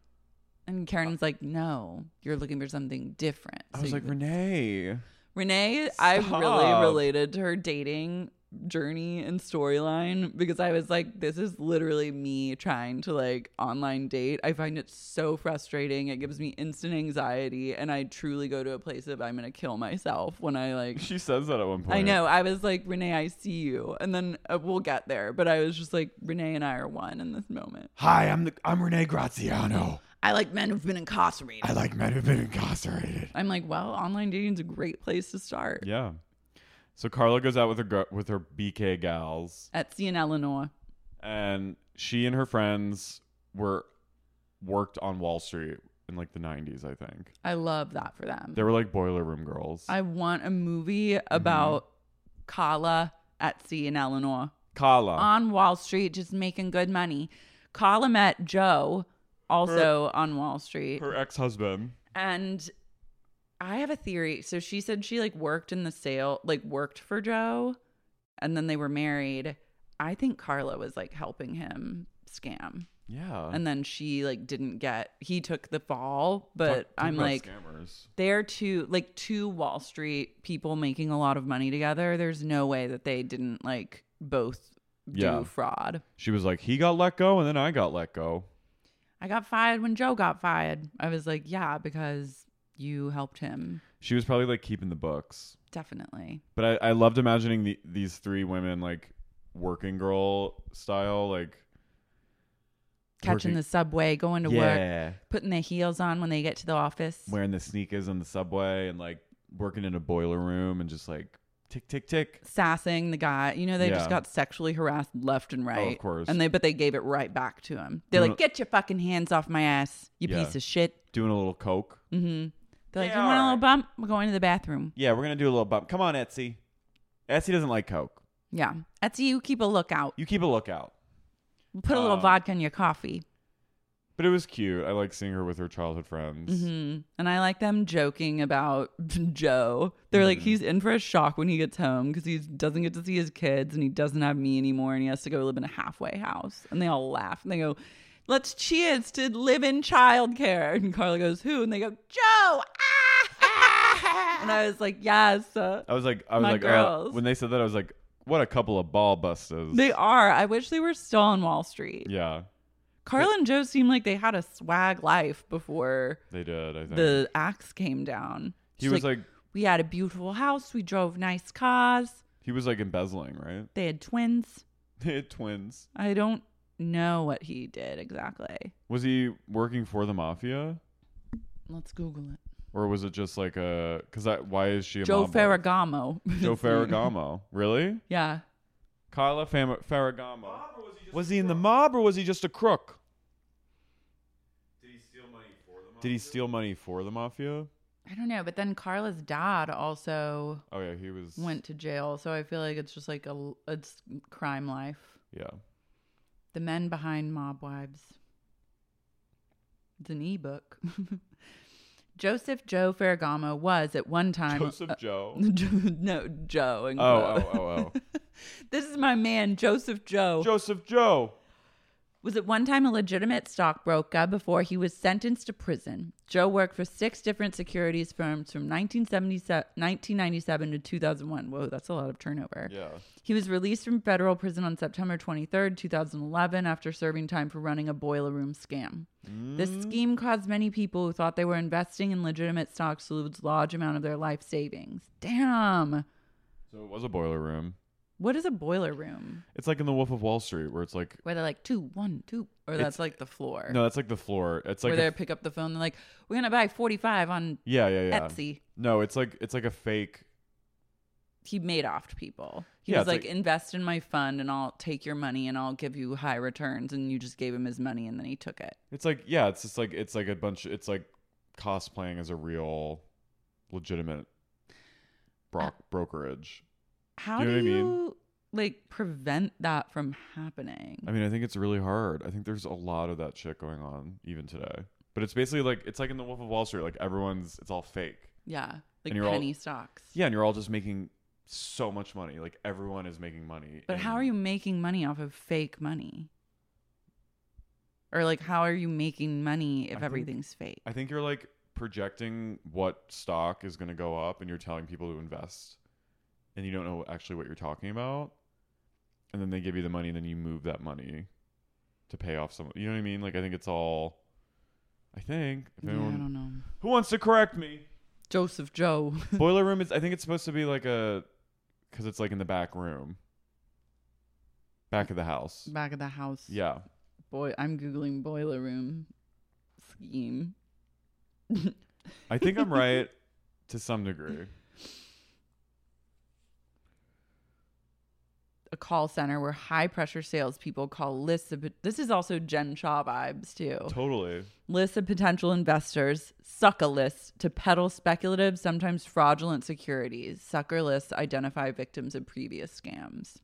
And Karen's like, "No, you're looking for something different."
I
So
was
you-
like, Renee.
Renee, I really
Stop.
related to her dating journey and storyline because I was like, this is literally me trying to like online date. I find it so frustrating. It gives me instant anxiety. And I truly go to a place of I'm going to kill myself when I like.
She says that at one point.
I know. I was like, Renee, I see you. And then uh, we'll get there. But I was just like, Renee and I are one in this moment.
Hi, I'm the I'm Renee Graziano.
I like men who've been incarcerated.
I like men who've been incarcerated.
I'm like, well, online dating's a great place to start.
Yeah. So Carla goes out with her gr- with her BK gals,
At C in Illinois.
and she and her friends were worked on Wall Street in like the 90s, I think.
I love that for them.
They were like boiler room girls.
I want a movie
Mm-hmm.
about Kala at sea in Illinois
Carla.
on Wall Street, just making good money. Kala met Joe, also on Wall Street,
her ex-husband.
and I have a theory. So she said she like worked in the sale, like worked for Joe, and then they were married. I think Carla was like helping him scam,
Yeah.
and then she like didn't get. He took the fall, but
Talk- talk
I'm
about
like
scammers.
they're two like two Wall Street people making a lot of money together. There's no way that they didn't like both do
Yeah.
fraud.
She was like, he got let go, and then I got let go.
I got fired when Joe got fired. I was like, yeah, because you helped him.
She was probably like keeping the books.
Definitely.
But I, I loved imagining the, these three women like working girl style, like
Catching
Working-
the subway, going to work,
yeah,
putting their heels on when they get to the office.
wearing the sneakers on the subway and like working in a boiler room and just like tick tick tick.
Sassing the guy, you know they just
Yeah.
got sexually harassed left and right.
course.
and they but they gave it right back to him. They're
You
like, "Get your fucking hands off my ass, you
Yeah.
piece of shit."
Doing a little coke.
hmm They're like,
They
you want a
are.
little bump? We're going to the bathroom.
Yeah, we're gonna do a little bump. Come on, Etsy. Etsy doesn't like Coke.
Yeah. That's you keep a lookout.
You keep a lookout.
Put a little
Um,
vodka in your coffee.
But it was cute. I like seeing her with her childhood friends.
hmm And I like them joking about Joe. They're like, he's in for a shock when he gets home because he doesn't get to see his kids and he doesn't have me anymore and he has to go live in a halfway house. And they all laugh and they go, let's cheers to live in childcare. And Carla goes, who? And they go, Joe. Ah! and I was like, yes. uh,
I was like, I was
My
like, oh,
girls.
when they said that, I was like, what a couple of ball busters.
They are. I wish they were still on Wall Street.
yeah,
Carla and Joe seem like they had a swag life before
they did. I think
the axe came down.
he
She's
was like,
we had a beautiful house. We drove nice cars.
he was like embezzling, right?
They had twins.
They had twins.
I don't know what he did exactly.
Was he working for the mafia,
Let's Google it.
or was it just like a? Because why is she a
Joe
mom boy?
Ferragamo.
Joe Ferragamo, really?
yeah.
Carla Fam- Ferragamo. was he, in the mob or was he just a crook? Did he steal money for the mafia?
I don't know. But then Carla's dad also
Oh yeah, he was.
went to jail. So I feel like it's just like a it's crime life.
Yeah,
The men behind mob wives. It's an ebook. Joseph Joe Ferragamo was at one time
Joseph Joe.
no, Joe. And
Oh oh oh oh.
This is my man, Joseph Joe.
Joseph Joe.
was at one time a legitimate stockbroker before he was sentenced to prison. Joe worked for six different securities firms from 1977 1997 to 2001. Whoa, that's a lot of turnover.
Yeah.
He was released from federal prison on September 23rd, 2011, after serving time for running a boiler room scam. This
Mm.
scheme caused many people who thought they were investing in legitimate stocks to lose large amount of their life savings. Damn.
So it was a boiler room.
What is a boiler room?
It's like in The Wolf of Wall Street, where it's like
Where they're like two, one, two, or
It's-
that's like the floor.
no, that's like the floor. It's like
where
a
they
f-
pick up the phone. They're like, "We're gonna buy forty five on
yeah yeah yeah.
Etsy."
No, it's like it's like a fake.
He made off to people. He
Yeah, it's
was like,
like-
"Invest in my fund, and I'll take your money, and I'll give you high returns." And you just gave him his money, and then he took it.
It's like yeah, it's just like it's like a bunch. It's like cosplaying as a real, legitimate, broc-
Uh,
brokerage.
How
You know
do
what I mean?
you like prevent that from happening?
I mean, I think it's really hard. I think there's a lot of that shit going on even today. But it's basically like it's like in the Wolf of Wall Street, like everyone's it's all fake.
yeah, like
And you're all-
penny stocks.
Yeah, and you're all just making so much money. Like everyone is making money.
But
in-
how are you making money off of fake money? Or like, how are you making money
I
if
think-
everything's fake?
I think you're like projecting what stock is going to go up and you're telling people to invest and you don't know actually what you're talking about. And then they give you the money and then you move that money to pay off someone. You know what I mean? Like I think it's all I think if
yeah, I
anyone
don't know.
who wants to correct me
Joseph Joe.
Boiler room is. I think it's supposed to be like a, because it's like in the back room, back of the house.
Back of the house.
Yeah,
Boy, I'm googling boiler room scheme.
I think I'm right to some degree.
A call center where high pressure salespeople call lists of this is also Gen Shaw vibes too.
Totally.
Lists of potential investors, sucker lists to peddle speculative, sometimes fraudulent securities. Sucker lists identify victims of previous scams.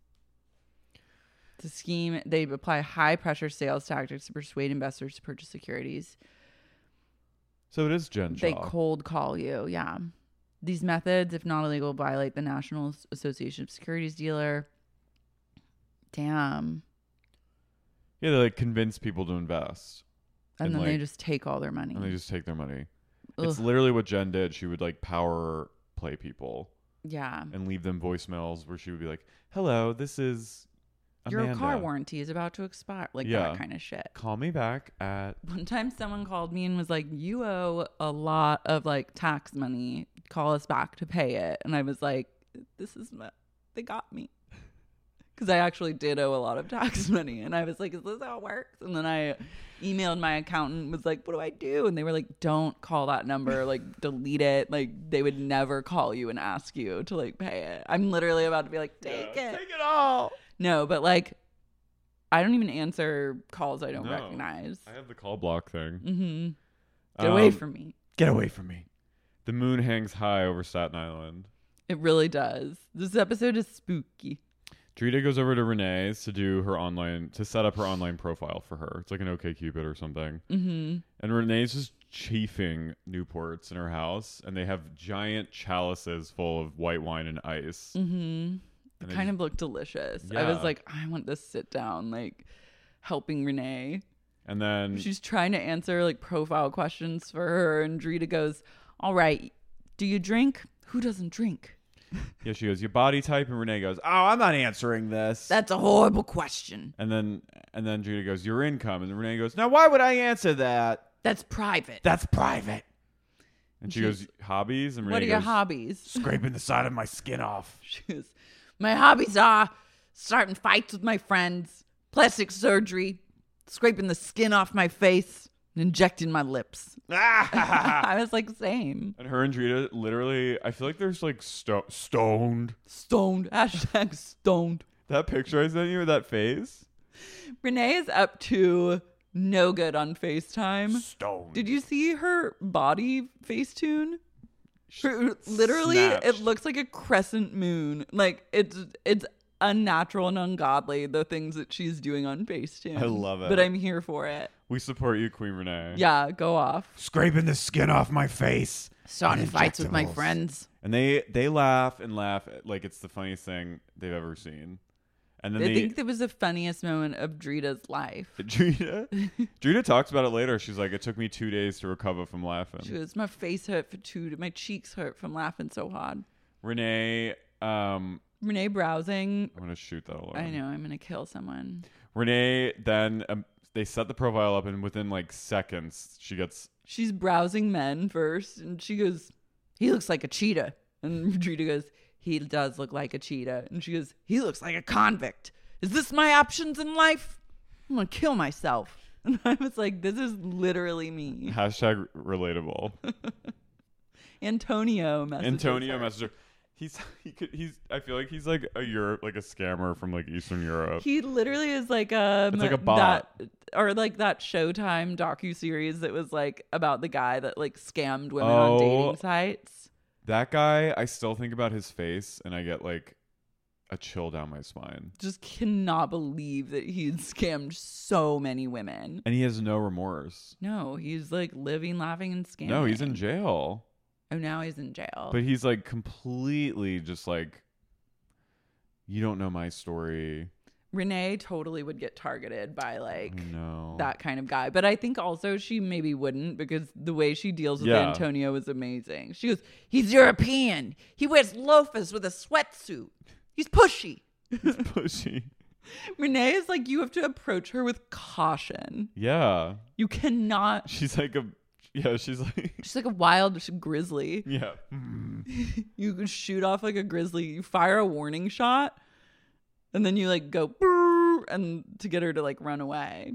The scheme they apply high pressure sales tactics to persuade investors to purchase securities.
So it is Gen
They
Shaw.
cold call you. Yeah. These methods, if not illegal, violate the National Association of Securities Dealer. Damn.
yeah, they like convince people to invest,
And,
And,
then they
like-
just take all their money.
and they just take their money. It's
Ugh.
literally what Jen did. She would like power play people
yeah.
and leave them voicemails where she would be like, "Hello, this is
Your
Amanda.
car warranty is about to expire. Like
Yeah.
that kind of shit.
Call me back at."
One time someone called me and was like, You owe a lot of like tax money. Call us back to pay it. And I was like, This is my, they got me. Because I actually did owe a lot of tax money. And I was like, Is this how it works? And then I emailed my accountant, and was like, What do I do? And they were like, Don't call that number. Like, delete it. Like, they would never call you and ask you to like pay it. I'm literally about to be like, Take it.
Take it all.
No, but like, I don't even answer calls I don't
No.
recognize.
I have the call block thing.
Mm-hmm. Get away
Um,
from me.
Get away from me. The moon hangs high over Staten Island.
It really does. This episode is spooky.
Drita goes over to Renee's to do her online to set up her online profile for her. It's like an OK Cupid or something.
Mm-hmm.
And Renee's just chafing Newports in her house, and they have giant chalices full of white wine and ice.
Mm-hmm. It
And they
kind
just-
of looked delicious. I was
Yeah.
like, I want this sit down, like helping Renee.
And then
She's trying to answer like profile questions for her, and Drita goes, All right, do you drink? Who doesn't drink?
yeah, she goes, "Your body type," and Renee goes, "Oh, I'm not answering this."
That's a horrible question.
and then and then Drita goes, "Your income," and Renee goes, "Now why would I answer that?
That's private.
That's private." And she
She's-
goes, "Hobbies," and Renee
what are your
goes,
hobbies?
"Scraping the side of my skin off."
She goes, My hobbies are starting fights with my friends, plastic surgery, scraping the skin off my face, and injecting my lips. I was like, Same.
And her and Drita literally, I feel like there's like sto- stoned.
Stoned. Hashtag stoned.
That picture I sent you, that face,
Renee is up to no good on FaceTime.
stoned.
Did you see her body Facetune? Her- literally, it
Snatched.
looks like a crescent moon. Like it's it's unnatural and ungodly the things that she's doing on Facetune.
I love it.
but I'm here for it.
We support you, Queen Renee.
Yeah, go off.
Scraping the skin off my face.
Starting fights with my
Injectables.
friends.
And they they laugh and laugh like it's the funniest thing they've ever seen. And then
I
they,
think that was the funniest moment of Drita's life.
Drita Drita talks about it later. She's like, it took me two days to recover from laughing.
She goes, my face hurt for two. My cheeks hurt from laughing so hard.
Renee, um,
Renee browsing.
I'm gonna shoot that alarm.
I know I'm gonna kill someone.
Renee then um, they set the profile up, and within like seconds, she gets
she's browsing men first and she goes, He looks like a cheetah. And Drita goes, He does look like a cheetah. And she goes, He looks like a convict. Is this my options in life? I'm gonna kill myself. And I was like, This is literally me.
hashtag relatable.
Antonio messages.
Antonio
her.
messenger. He's he could, he's I feel like he's like a Europe like a scammer from like Eastern Europe.
He literally is like a
It's like a bot.
that or like that Showtime docu series that was like about the guy that like scammed women on
Oh.
dating sites.
That guy, I still think about his face and I get like a chill down my spine.
Just cannot believe that he'd scammed so many women.
And he has no remorse.
No, he's like living, laughing, and scamming.
No, he's in jail.
Oh, now he's in jail.
But he's like completely just like you don't know my story.
Renee totally would get targeted by like
No.
that kind of guy. But I think also she maybe wouldn't because the way she deals with
Yeah.
Antonio is amazing. She goes, "He's European. He wears loafers with a sweatsuit. He's pushy."
is pushy.
Renee is like, you have to approach her with caution.
Yeah.
You cannot.
She's like a yeah, she's like
She's like a wild grizzly.
yeah.
you can shoot off like a grizzly you fire a warning shot and then you like go "Brrr," and to get her to like run away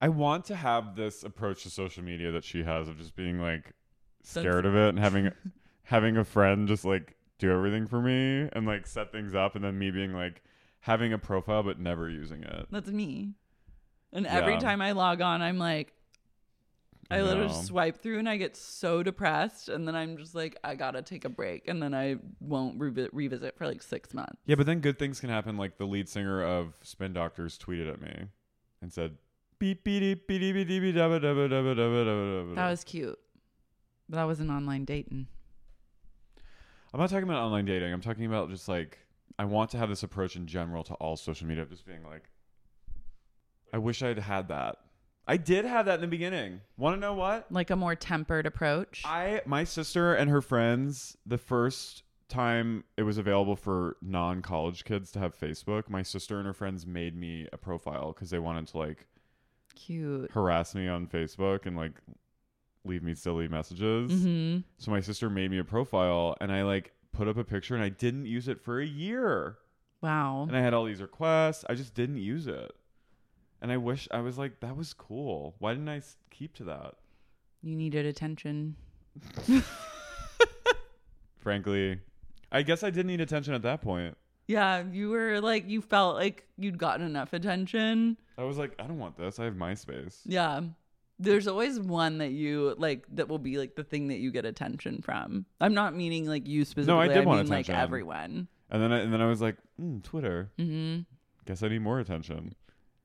I want to have this approach to social media that she has of just being like
That's-
scared of it and having having a friend just like do everything for me and like set things up and then me being like having a profile but never using it.
that's me and every
Yeah.
time i log on i'm like i literally
No.
just swipe through and i get so depressed and then i'm just like i gotta take a break and then i won't revi- revisit for like six months
Yeah, but then good things can happen. Like the lead singer of Spin Doctors tweeted at me and said, "Beep beep beep beep beep beep beep dabba dabba dabba dabba dabba dabba."
that was cute but that was an online dating
I'm not talking about online dating. I'm talking about just like I want to have this approach in general to all social media, just being like, I wish I'd had that. I did have that in the beginning. Want to know what?
like a more tempered approach
I my sister and her friends the first time it was available for non-college kids to have Facebook, my sister and her friends made me a profile cuz they wanted to like
cute
harass me on Facebook and like leave me silly messages.
mm-hmm.
So my sister made me a profile and I like put up a picture and I didn't use it for a year.
wow
And I had all these requests. I just didn't use it. And I wish I was like that was cool. Why didn't I s- keep to that?
you needed attention
Frankly, I guess I did need attention at that point.
Yeah, you were like you felt like you'd gotten enough attention.
I was like, I don't want this. I have MySpace.
Yeah. there's always one that you like that will be like the thing that you get attention from. I'm not meaning like you specifically.
did
I
want
mean like
attention.
everyone.
And then I, and then I was like, mm, Twitter.
hmm
Guess I need more attention.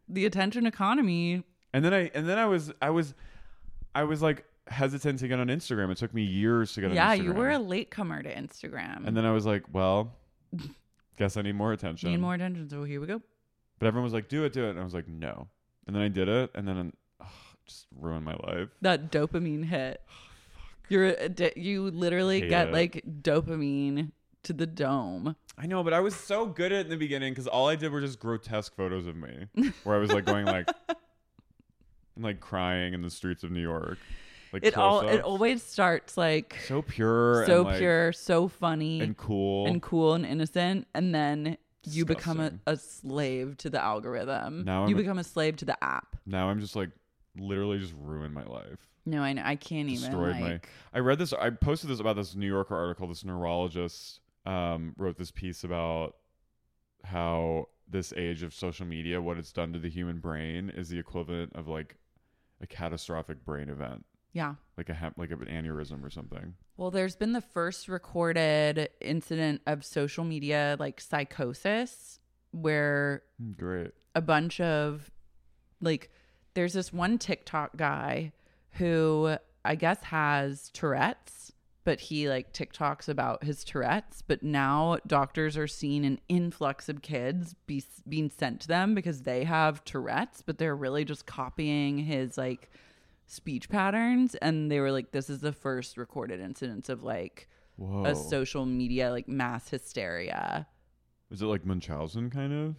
The attention economy.
And then I and then I was I was I was like hesitant to get on Instagram. It took me years to get on
Yeah,
Instagram.
you were a latecomer to Instagram.
And then I was like, well, guess I need more attention.
need more attention. So here we go.
But everyone was like, do it, do it. And I was like, no. And then I did it and then ugh, just ruined my life.
That dopamine hit. You're addi- you literally
Hate
get
it.
like dopamine to the dome.
I know, but I was so good at it in the beginning because all I did were just grotesque photos of me where I was like going like and like crying in the streets of New York. Like
It all it
close-ups.
always starts like
so pure
so
and, like,
pure, so funny,
and cool.
and cool and innocent and then you become a,
Disgusting.
a slave to the algorithm
Now I'm
you
a-
become a slave to the app
now I'm just like literally just ruined my life.
no i know i can't
Destroyed
even
my-
like
I read this. I posted this about this New Yorker article. This neurologist um, wrote this piece about how this age of social media, what it's done to the human brain, is the equivalent of like a catastrophic brain event,
yeah
like a hem- like an aneurysm or something.
well there's been the first recorded incident of social media like psychosis where
Hmm, Great.
a bunch of like there's this one TikTok guy who I guess has Tourette's, but he like TikToks about his Tourette's, but now doctors are seeing an influx of kids be, being sent to them because they have Tourette's, but they're really just copying his like speech patterns and they were like this is the first recorded incidence of like
Whoa.
a social media like mass hysteria.
is it like Munchausen kind of?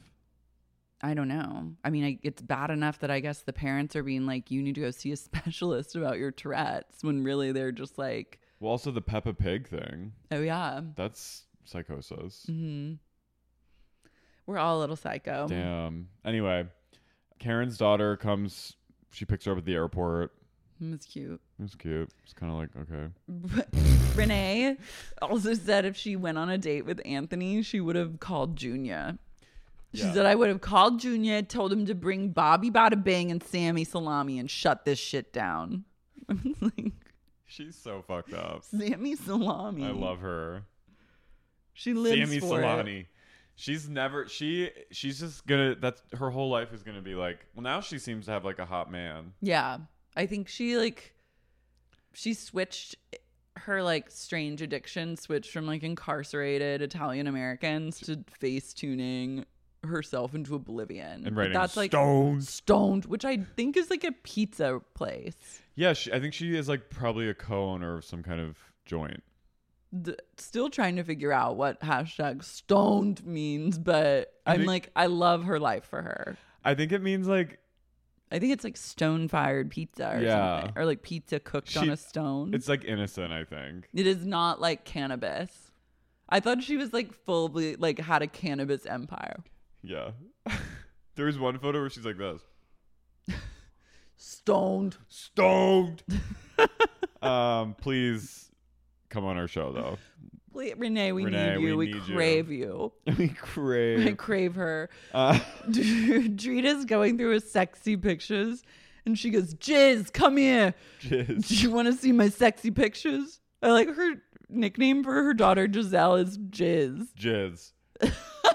I don't know. I mean, I, it's bad enough that I guess the parents are being like, you need to go see a specialist about your Tourette's when really they're just like,
Well, also the Peppa Pig thing.
oh, yeah.
That's psychosis.
hmm We're all a little psycho.
Damn. Um, Anyway, Karen's daughter comes. She picks her up at the airport.
It's Mm, cute.
It was cute. It's kind of like okay.
Renee also said if she went on a date with Anthony, she would have called Junior. She
Yeah.
said, I would have called Junior, told him to bring Bobby Bada Bing and Sammy Salami and shut this shit down. I'm like,
She's so fucked up.
Sammy Salami.
I love her.
She lives
Sammy
for it.
Solani. She's never she she's just gonna that's her whole life is gonna be like well now she seems to have like a hot man.
Yeah. I think she like she switched her like strange addiction switched from like incarcerated Italian Americans to face tuning herself into oblivion.
And
But
writing
that's like
stones.
stoned, which I think is like a pizza place.
Yeah, she, I think she is like probably a co-owner of some kind of joint.
D- still trying to figure out what hashtag stoned means, but I'm
think-
like I love her life for her.
I think it means like
I think it's like stone fired pizza or
Yeah.
something, or like pizza cooked on
She-
a stone.
it's like innocent. I think
It is not like cannabis. I thought she was like fully like had a cannabis empire.
yeah. there was one photo where she's like this
Stoned.
stoned. um, please come on our show though.
Wait, Renee, we
Renee,
need you.
we
We,
need you.
crave you.
we
I
crave.
crave her.
Uh,
Drita's going through his sexy pictures and she goes, Jizz, come here.
jizz.
Do you want to see my sexy pictures? I like her nickname for her daughter Giselle is Jizz.
Jizz.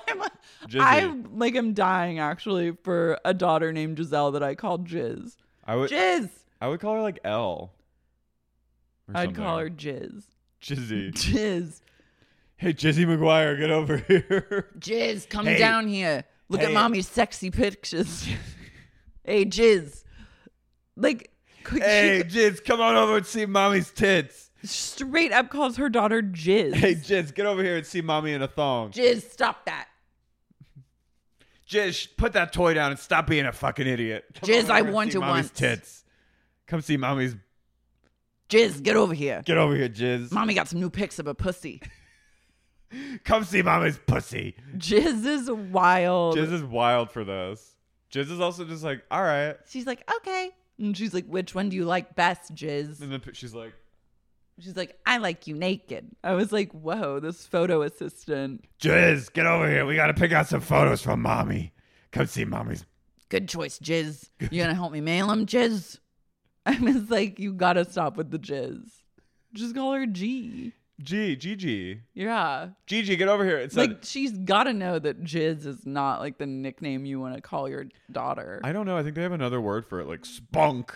I'm,
Jizzy.
I like I'm dying actually for a daughter named Giselle that I called Jizz.
I would
Jizz.
I would call her like L. or
I'd call her
something.
Jizz.
Jizzy.
Jizz.
hey, Jizzy McGuire, get over here.
Jizz, come
Hey.
down here. Look
Hey.
at mommy's sexy pictures. hey, Jizz. Like, could
hey, Jizz, come on over and see mommy's tits.
she straight up calls her daughter Jizz.
Hey, Jizz, get over here and see mommy in a thong.
Jizz, stop that.
Jizz, put that toy down and stop being a fucking idiot. Come
Jizz,
over
I
here and
want
see
to
mommy's
once.
tits. Come see mommy's.
Jizz, get over here.
Get over here, Jizz.
Mommy got some new pics of a pussy.
Come see mommy's pussy.
Jizz is wild.
Jizz is wild for this. Jizz is also just like, all right.
She's like, okay. And she's like, which one do you like best, Jizz?
And then she's like,
She's like, I like you naked. I was like, whoa, this photo assistant.
Jizz, get over here. We got to pick out some photos from mommy. Come see mommy's
Good choice, Jizz. You gonna help me mail him, Jizz? I was like, you gotta stop with the jizz. Just call her G.
G, Gigi.
Yeah.
Gigi, get over here. It's
like she's gotta know that jizz is not like the nickname you want to call your daughter.
I don't know. I think they have another word for it, like spunk.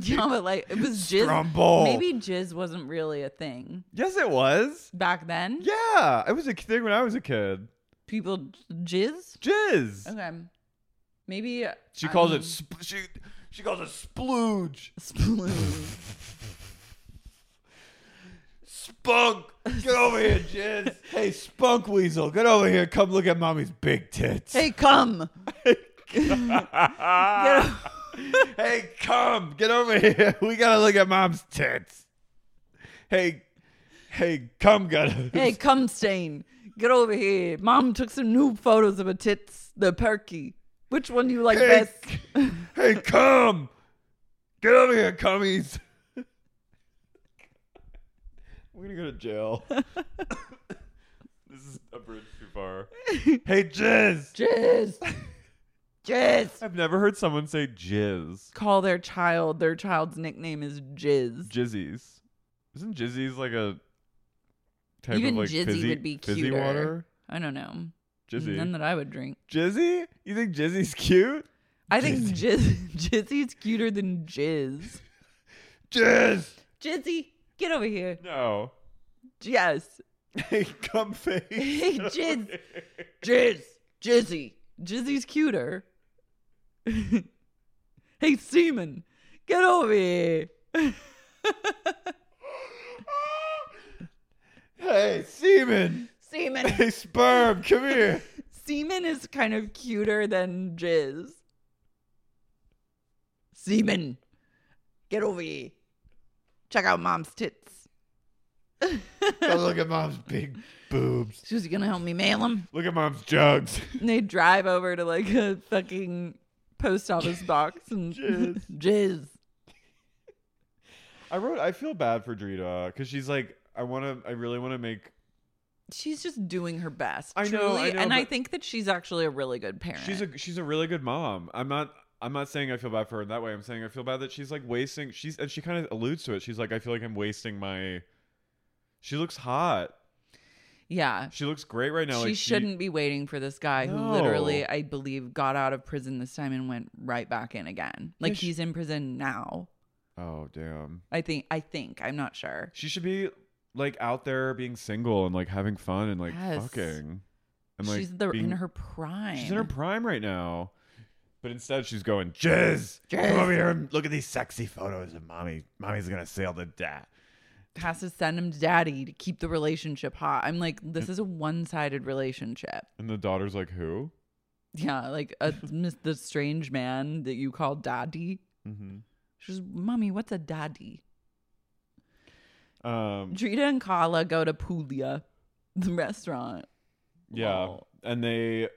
yeah, but like it was jizz.
Strumble.
Maybe jizz wasn't really a thing
Yes, it was.
back then.
Yeah, it was a thing when I was a kid.
People j- jizz.
Jizz.
Okay. Maybe uh,
She
I
calls
mean,
it sp- she. She calls it splooge.
sploon.
Spunk, get over here, Jizz. hey, Spunk Weasel, get over here. Come look at mommy's big tits.
hey, come. Get o-
hey, come, get over here. We gotta look at mom's tits. Hey, hey, come, gutters.
hey, come, stain. Get over here. Mom took some new photos of her tits. The perky. Which one do you like
Hey,
best?
hey, come, get over here, cummies. We're gonna go to jail. this is a bridge too far. hey, Jizz.
Jizz. Jizz.
I've never heard someone say jizz.
Call their child. Their child's nickname is Jizz.
Jizzies. Isn't Jizzies like a type
Even
of like
Jizzy
fizzy,
would be
fizzy
cuter.
water?
I don't know.
Jizzy.
None that I would drink.
Jizzy? You think Jizzy's cute?
I think Jizz Jizzy's cuter than Jizz.
Jizz!
Jizzy, get over here.
No.
Yes.
Hey, cum face.
Hey, Jizz. Jizz. Jizzy. Jizzy's cuter. hey, semen, get over here.
hey, semen.
semen.
Hey, sperm. Come here.
Semen is kind of cuter than Jizz. Semen, get over here. Check out mom's tits.
Go look at mom's big boobs.
She's gonna help me mail them.
Look at mom's jugs.
And they drive over to like a fucking post office box and
Jizz.
jizz.
I wrote, I feel bad for Drita because she's like, I want to, I really want to make
She's just doing her best.
I know,
truly.
I know,
and I
but-
think that she's actually a really good parent.
She's a she's a really good mom. I'm not I'm not saying I feel bad for her in that way. I'm saying I feel bad that she's like wasting she's and she kind of alludes to it. She's like I feel like I'm wasting my She looks hot.
yeah.
She looks great right now.
she
like
shouldn't be waiting for this guy who literally,
No.
I believe, got out of prison this time and went right back in again. Like
Yeah, she-
he's in prison now.
Oh damn.
I think. I think. I'm not sure.
She should be like out there being single and like having fun and like
Yes.
fucking. And like
she's the,
being-
in her prime.
She's in her prime right now. But instead she's going, Jizz, come over here and look at these sexy photos of mommy. Mommy's gonna sail the dat.
Has to send him to daddy to keep the relationship hot. I'm like, this is a one sided relationship.
And the daughter's like, Who?
Yeah, like a, mis- the strange man that you call daddy.
Mm-hmm.
She's, mommy, what's a daddy?
Um,
Drita and Kala go to Puglia, the restaurant.
yeah,
Wow.
and they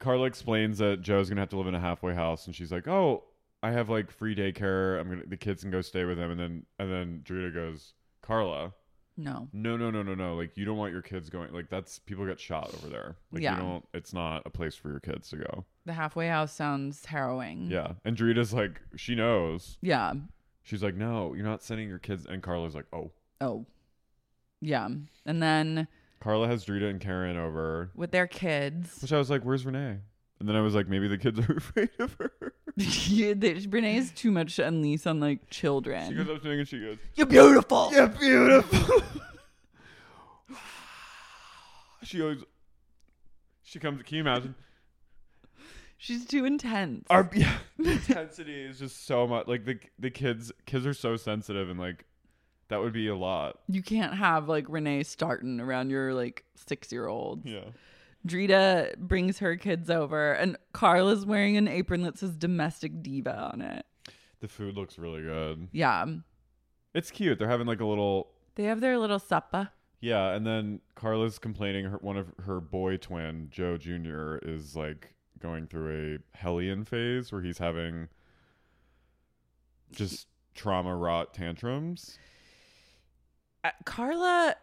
Carla explains that Joe's gonna have to live in a halfway house, and she's like, "Oh, I have like free daycare. I'm gonna the kids can go stay with them." And then and then Drita goes, "Carla,
No,
no, no, no, no, no. Like you don't want your kids going. Like that's people get shot over there. Like
Yeah.
you don't. It's not a place for your kids to go."
the halfway house sounds harrowing.
Yeah, and Drita's like, she knows.
Yeah.
She's like, "No, you're not sending your kids." And Carla's like, "Oh."
Oh. Yeah. And then
Carla has Drita and Karen over,
with their kids,
which I was like, "Where's Renee?" And then I was like, "Maybe the kids are afraid of her."
yeah, they- Brene's too much to unleash on like children.
She goes up to me and she goes,
You're beautiful.
"You're beautiful." she goes, she comes. Can you imagine?
She's too intense.
Our yeah, the intensity is just so much. Like the the kids, kids are so sensitive, and like that would be a lot.
you can't have like Renee starting around your like six year old.
Yeah,
Drita brings her kids over, and Carla's wearing an apron that says domestic diva on it.
the food looks really good.
Yeah.
It's cute. They're having like a little
They have their little supper.
yeah, and then Carla's complaining. Her one of her boy twin Joe Junior is like going through a hellion phase where he's having just trauma rot tantrums.
Uh, Carla,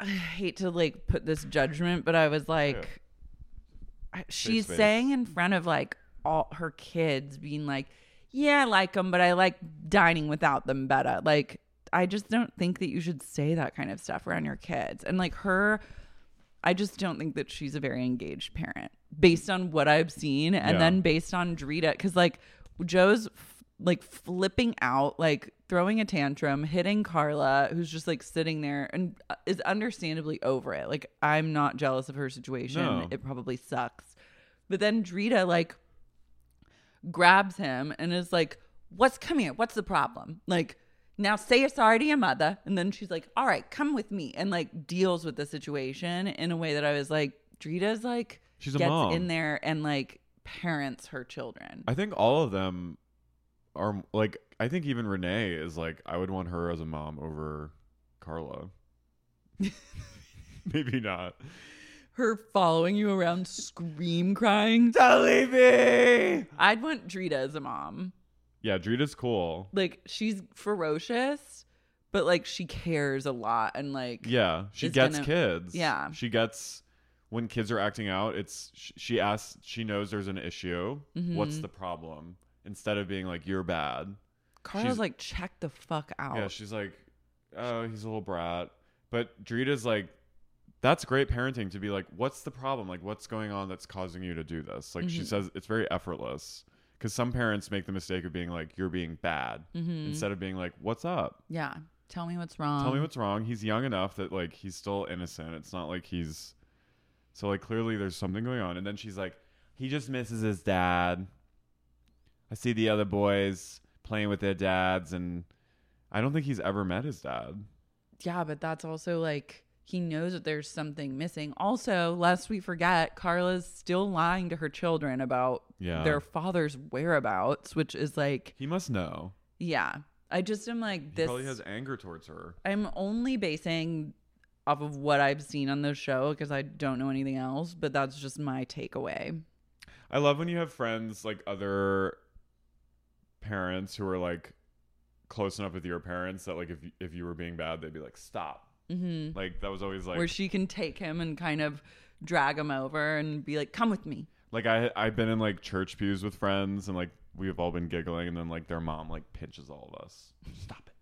I hate to like put this judgment, but I was like, I- she's
face.
saying in front of like all her kids being like, "Yeah, I like them, but I like dining without them better." Like, I just don't think that you should say that kind of stuff around your kids. And like her, I just don't think that she's a very engaged parent based on what I've seen, and
Yeah.
then based on Drita, because like Joe's f- like flipping out, like throwing a tantrum, hitting Carla, who's just like sitting there and uh, is understandably over it. Like I'm not jealous of her situation;
No.
it probably sucks. But then Drita like grabs him and is like, What's come here? What's the problem? Like, now say you're sorry to your mother. And then she's like, All right, come with me. And like deals with the situation in a way that I was like, Drita's like,
She's a
gets
mom.
in there and like parents her children.
I think all of them are like. I think even Renee is like. I would want her as a mom over Carla. Maybe not.
her following you around, scream crying.
Don't leave me.
I'd want Drita as a mom.
Yeah, Drita's cool.
Like, she's ferocious, but like she cares a lot and like,
Yeah, she
is
gets
gonna-
kids.
yeah.
she gets when kids are acting out. It's sh- she asks. She knows there's an issue.
Mm-hmm.
What's the problem? Instead of being like you're bad.
Carla's
she's-
like, check the fuck out.
Yeah, she's like, oh, he's a little brat. But Drita's like, that's great parenting to be like, what's the problem? Like, what's going on that's causing you to do this? Like, she says it's very effortless because some parents make the mistake of being like, you're being bad instead of being like, what's up?
Mm-hmm. yeah. Tell me what's wrong.
Tell me what's wrong. He's young enough that like he's still innocent. It's not like he's so like clearly there's something going on. And then she's like, he just misses his dad. I see the other boys playing with their dads, and I don't think he's ever met his dad.
Yeah, but that's also like he knows that there's something missing. Also, lest we forget, Carla's still lying to her children about
Yeah.
their father's whereabouts, which is like,
He must know.
yeah. I just am like
He
this.
probably has anger towards her.
I'm only basing off of what I've seen on the show because I don't know anything else, but that's just my takeaway.
I love when you have friends like other parents who are like close enough with your parents that like if if you were being bad, they'd be like, stop.
hmm
Like that was always like
Where she can take him and kind of drag him over and be like, "Come with me."
like I I've been in like church pews with friends and like we've all been giggling and then like their mom like pinches all of us. Stop it.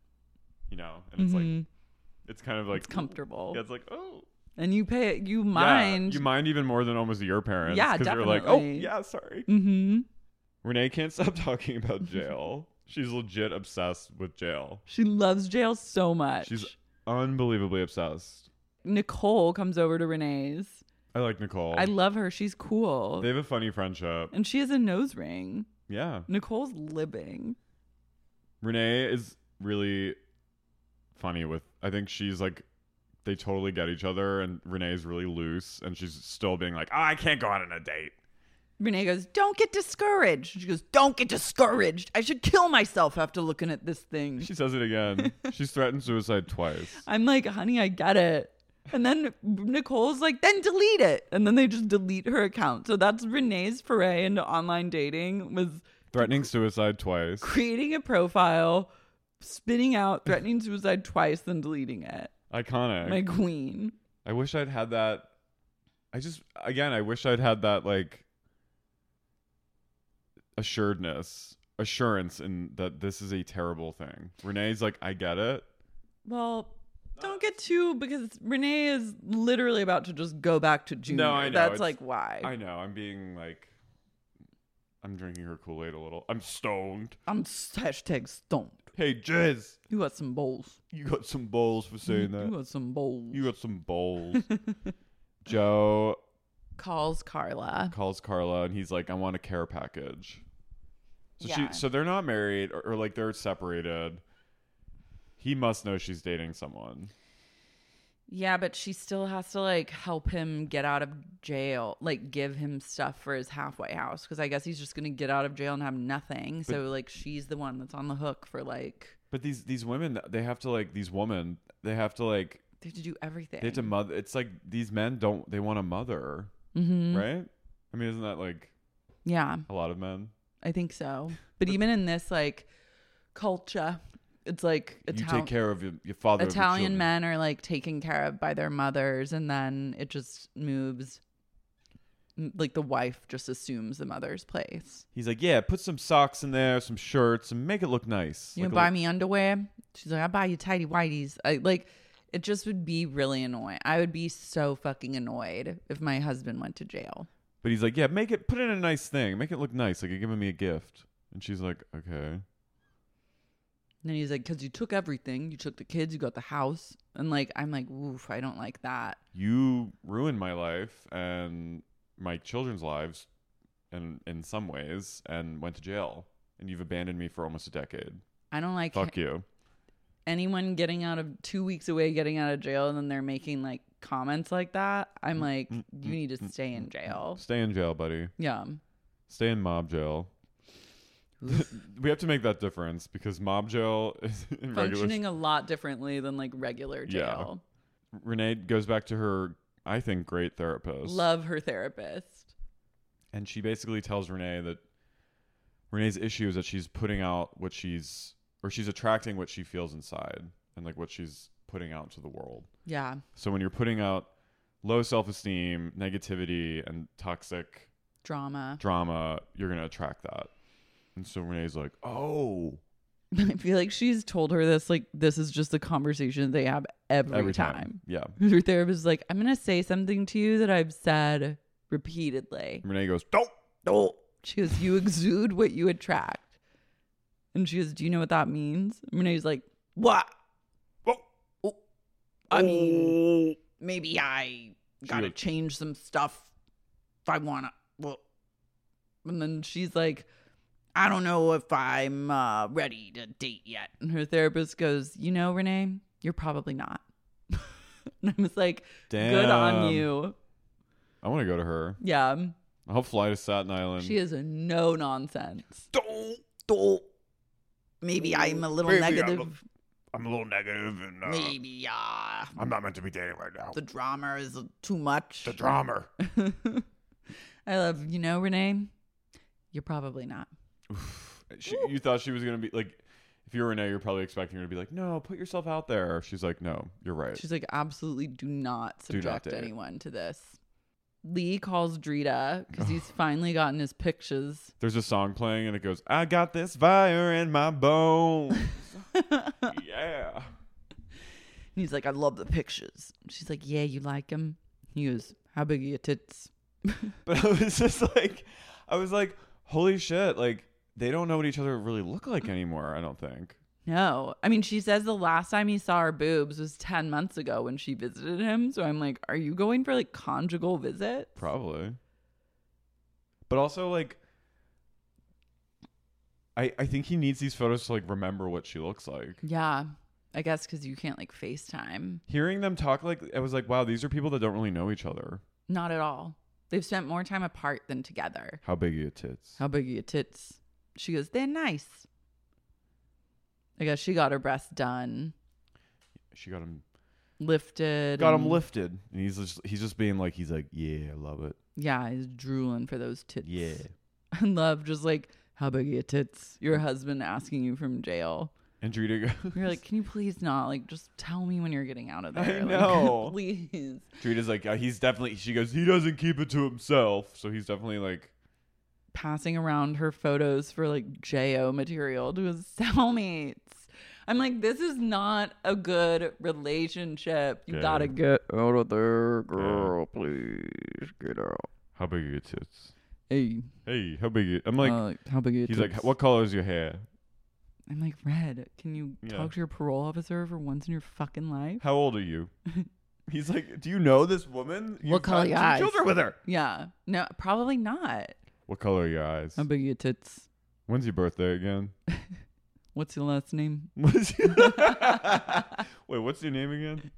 You know, and it's like it's kind of like
Mm-hmm. It's comfortable,
Yeah, it's like oh
and you pay you
Yeah,
mind.
you mind even more than almost your parents.
Yeah,
because you're like oh
definitely.
yeah sorry.
mm-hmm.
Renee can't stop talking about jail. She's legit obsessed with jail.
She loves jail so much.
She's unbelievably obsessed.
Nicole comes over to Renee's.
I like Nicole.
I love her. She's cool.
Oh. they have a funny friendship.
and she has a nose ring.
Yeah.
Nicole's living.
Renee is really funny with I think she's like they totally get each other and Renee's really loose and she's still being like, Oh, I can't go out on a date.
Renee goes, Don't get discouraged. She goes, Don't get discouraged. I should kill myself after looking at this thing.
She says it again. she's threatened suicide twice.
I'm like, Honey, I get it. And then Nicole's like, Then delete it. And then they just delete her account. So that's Renee's foray into online dating was
Threatening suicide twice.
creating a profile, spinning out, threatening suicide twice, then deleting it.
Iconic.
My queen.
I wish I'd had that I just again, I wish I'd had that like assuredness assurance in that this is a terrible thing. Renee's like, I get it.
Well, don't get too because Renee is literally about to just go back to junior.
I know,
That's
it's-
like why
I know. I'm being like, I'm drinking her Kool Aid a little. I'm stoned.
I, am hashtag stoned.
Hey, Jizz,
You got some bowls.
you got some balls for saying
You
that.
got some bowls.
Uh, You got some balls. Joe
Calls Carla.
calls Carla and he's like, I want a care package. So
Yeah.
she, so they're not married or, or like they're separated. He must know she's dating someone.
Yeah, but she still has to like help him get out of jail, like give him stuff for his halfway house because I guess he's just gonna get out of jail and have nothing. so like she's the one that's on the hook for like
But these these women, they have to like these women, they have to like
they have to do everything.
they have to mother. It's like these men don't they want a mother,
mm-hmm.
right? I mean, isn't that like
Yeah.
a lot of men?
I think so. But even in this like culture, it's like
you
Italian
take care of your, your father. of your
Italian
children.
men are like taken care of by their mothers, and then it just moves like the wife just assumes the mother's place.
He's like, yeah, put some socks in there, some shirts, and make it look nice.
You
Like
gonna
a
buy
li-
me underwear? She's like, I buy you tidy whities. I like it just would be really annoying. I would be so fucking annoyed if my husband went to jail.
But he's like, yeah, make it, put in a nice thing, make it look nice. Like you're giving me a gift, and she's like, okay.
And then he's like, because you took everything. You took the kids, you got the house. And like, I'm like, oof, I don't like that.
you ruined my life and my children's lives and in some ways and went to jail and you've abandoned me for almost a decade
I don't like
fuck you
anyone getting out of two weeks away, getting out of jail, and then they're making like comments like that. I'm
Mm,
like, you need to stay in jail.
stay in jail buddy
Yeah.
stay in mob jail we have to make that difference because mob jail is in regular
Functioning a lot differently than like regular
Yeah.
jail.
renee goes back to her i think great therapist
Love her therapist.
and she basically tells renee that renee's issue is that she's putting out what she's or she's attracting what she feels inside and like what she's putting out to the world
Yeah.
So when you're putting out low self esteem, negativity, and toxic
Drama.
drama, you're gonna attract that. And so Renee's like, "Oh,
I feel like she's told her this, like, this is just a conversation they have every,
every
time.
time, yeah."
Her therapist is like, I'm going to say something to you that I've said repeatedly.
Renee goes, "Don't."
No. She goes, You exude what you attract. And she goes, Do you know what that means? And Renee's like, What?
Oh.
Oh. I mean, maybe I got to
goes-
change some stuff if I want to. Well, and then she's like, I don't know if I'm uh, ready to date yet. And her therapist goes, You know, Renee, you're probably not. and I was like, Good on
Damn.
you.
I want to go to her.
Yeah.
I'll fly to Staten Island.
She is a no nonsense.
don't, don't.
Maybe I'm a little
Maybe I'm a-
negative.
I'm a little negative and uh,
Maybe uh,
I'm not meant to be dating right now.
the
The,
drama is too much.
drama.
I love, you know, Renee, you're probably not.
She- you thought she was gonna be like, if you were Renee, you're probably expecting her to be like, "No, put yourself out there." She's like, "No, you're right."
She's like, absolutely do not
Uh, Do not
subject
date.
anyone to this. Lee calls Drita because he's finally gotten his pictures.
There's a song playing and it goes, "I got this fire in my bones." yeah.
And he's like, I love the pictures. She's like, Yeah, you like him? He goes, How big are your tits?
But I was just like, I was like, holy shit! Like they don't know what each other really look like anymore. I don't think.
No. I mean, she says the last time he saw her boobs was 10 months ago when she visited him. So I'm like, Are you going for like conjugal visits?
Probably. But also like, I I think he needs these photos to like remember what she looks like.
Yeah. I guess because you can't like FaceTime.
Hearing them talk like I was like, wow, these are people that don't really know each other.
Not at all. They've spent more time apart than together.
How big are your tits?
How big are your tits? She goes, They're nice. I guess she got her breasts done,
she got him.
lifted.
Got him
and-
lifted, and he's just he's just being like he's like, yeah, I love it.
Yeah, he's drooling for those tits.
Yeah.
And love just like, How big are your tits? Your husband asking you from jail.
And Drita goes,
You're like, Can you please not? Like, just tell me when you're getting out of there. Like,
know.
please.
Drita's like, uh, he's definitely, she goes, he doesn't keep it to himself. So he's definitely like,
passing around her photos for like JO material to his cellmates. I'm like, this is not a good relationship. You
Yeah.
gotta get out of there, girl.
please get out.
how big are your tits?
Hey,
Hey, how big? Are I'm like,
uh, how big? are your
he's like,
tits?
what color is your hair?
I'm like, Red. Can you
Yeah.
talk to your parole officer for once in your fucking life?
How old are you? he's like, do you know this woman? You've
color
had
your
two
eyes?"
Children with her.
Yeah. No, probably not.
What color are your eyes?
How big are your tits?
When's your birthday again?
What's your last name?
What's- Wait, what's your name again?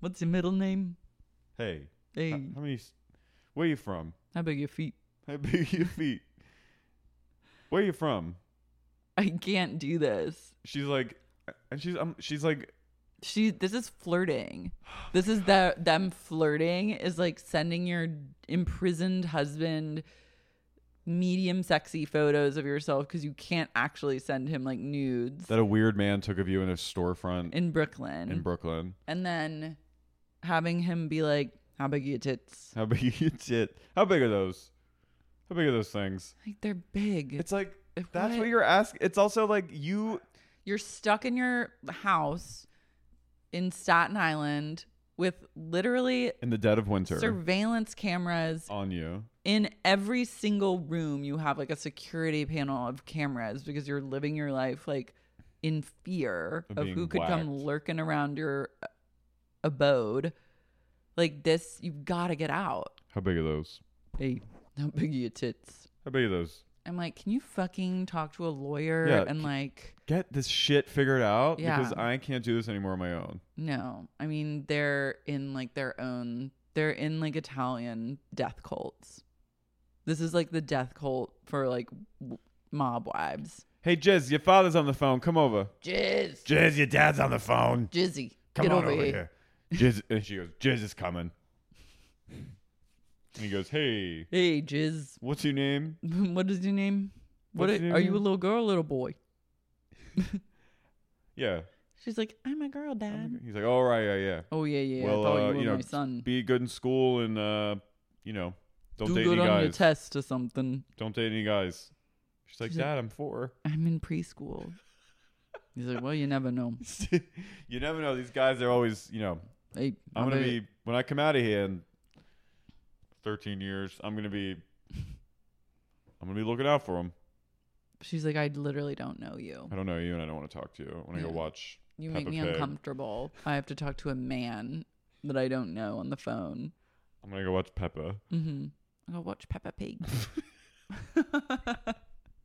What's your middle name?
Hey,
Hey,
how, how many? s- Where are you from?
how big are your feet?
How big are your feet? Where are you from?
I can't do this.
She's like, and she's um, she's like,
she this is flirting this is the them flirting is like sending your imprisoned husband medium sexy photos of yourself because you can't actually send him like nudes
that a weird man took of you in a storefront
in brooklyn
in Brooklyn.
and then having him be like How big are your tits?
How big you shit? How big are those? How big are those things?
Like they're big.
It's like
If
that's
what-
what you're asking. It's also like you
You're stuck in your house in Staten Island with literally
in the dead of winter
surveillance cameras
on you.
in every single room. You have like a security panel of cameras because you're living your life like in fear
Of
of
being
who could come
whacked.
lurking around your uh, abode. Like this, you've got to get out.
How big are those?
Hey, how big are your tits?
How big are those?
I'm like, can you fucking talk to a lawyer
Yeah,
and
c-
like,
Get this shit figured out because
Yeah.
I can't do this anymore on my own.
no. I mean, they're in like their own, they're in like Italian death cults. This is like the death cult for like w- mob wives.
Hey Jizz, your father's on the phone. Come over.
Jizz.
Jizz, your dad's on the phone.
Jizzy.
Come
get
on
over, here.
Jizz, and she goes, Jizz is coming. And he goes, Hey,
Hey, Jizz.
what's your name?
what is your name? What
What's
a-
your
are you a
name?
little girl, or little boy?
Yeah.
She's like, I'm a girl, Dad.
He's like, All right, yeah, yeah.
Oh yeah, yeah.
well,
I thought
uh,
you were
know,
my son.
be good in school and uh, you know, don't
Do
date
good
any
on
guys.
your test or something.
Don't date any guys. She's like,
She's like-
Dad, I'm four.
I'm in preschool. He's like, well, you never know.
you never know. These guys are always, you know,
Hey,
I'm
I
gonna
bet-
be when I come out of here in 13 years. I'm gonna be, I'm gonna be looking out for them.
She's like, I literally don't know you.
I don't know you, and I don't want to talk to you. I want to go
Yeah.
watch.
You
Peppa
make me
Pig.
uncomfortable. I have to talk to a man that I don't know on the phone.
I'm gonna go watch Peppa.
Mm-hmm. I'll watch Peppa Pig.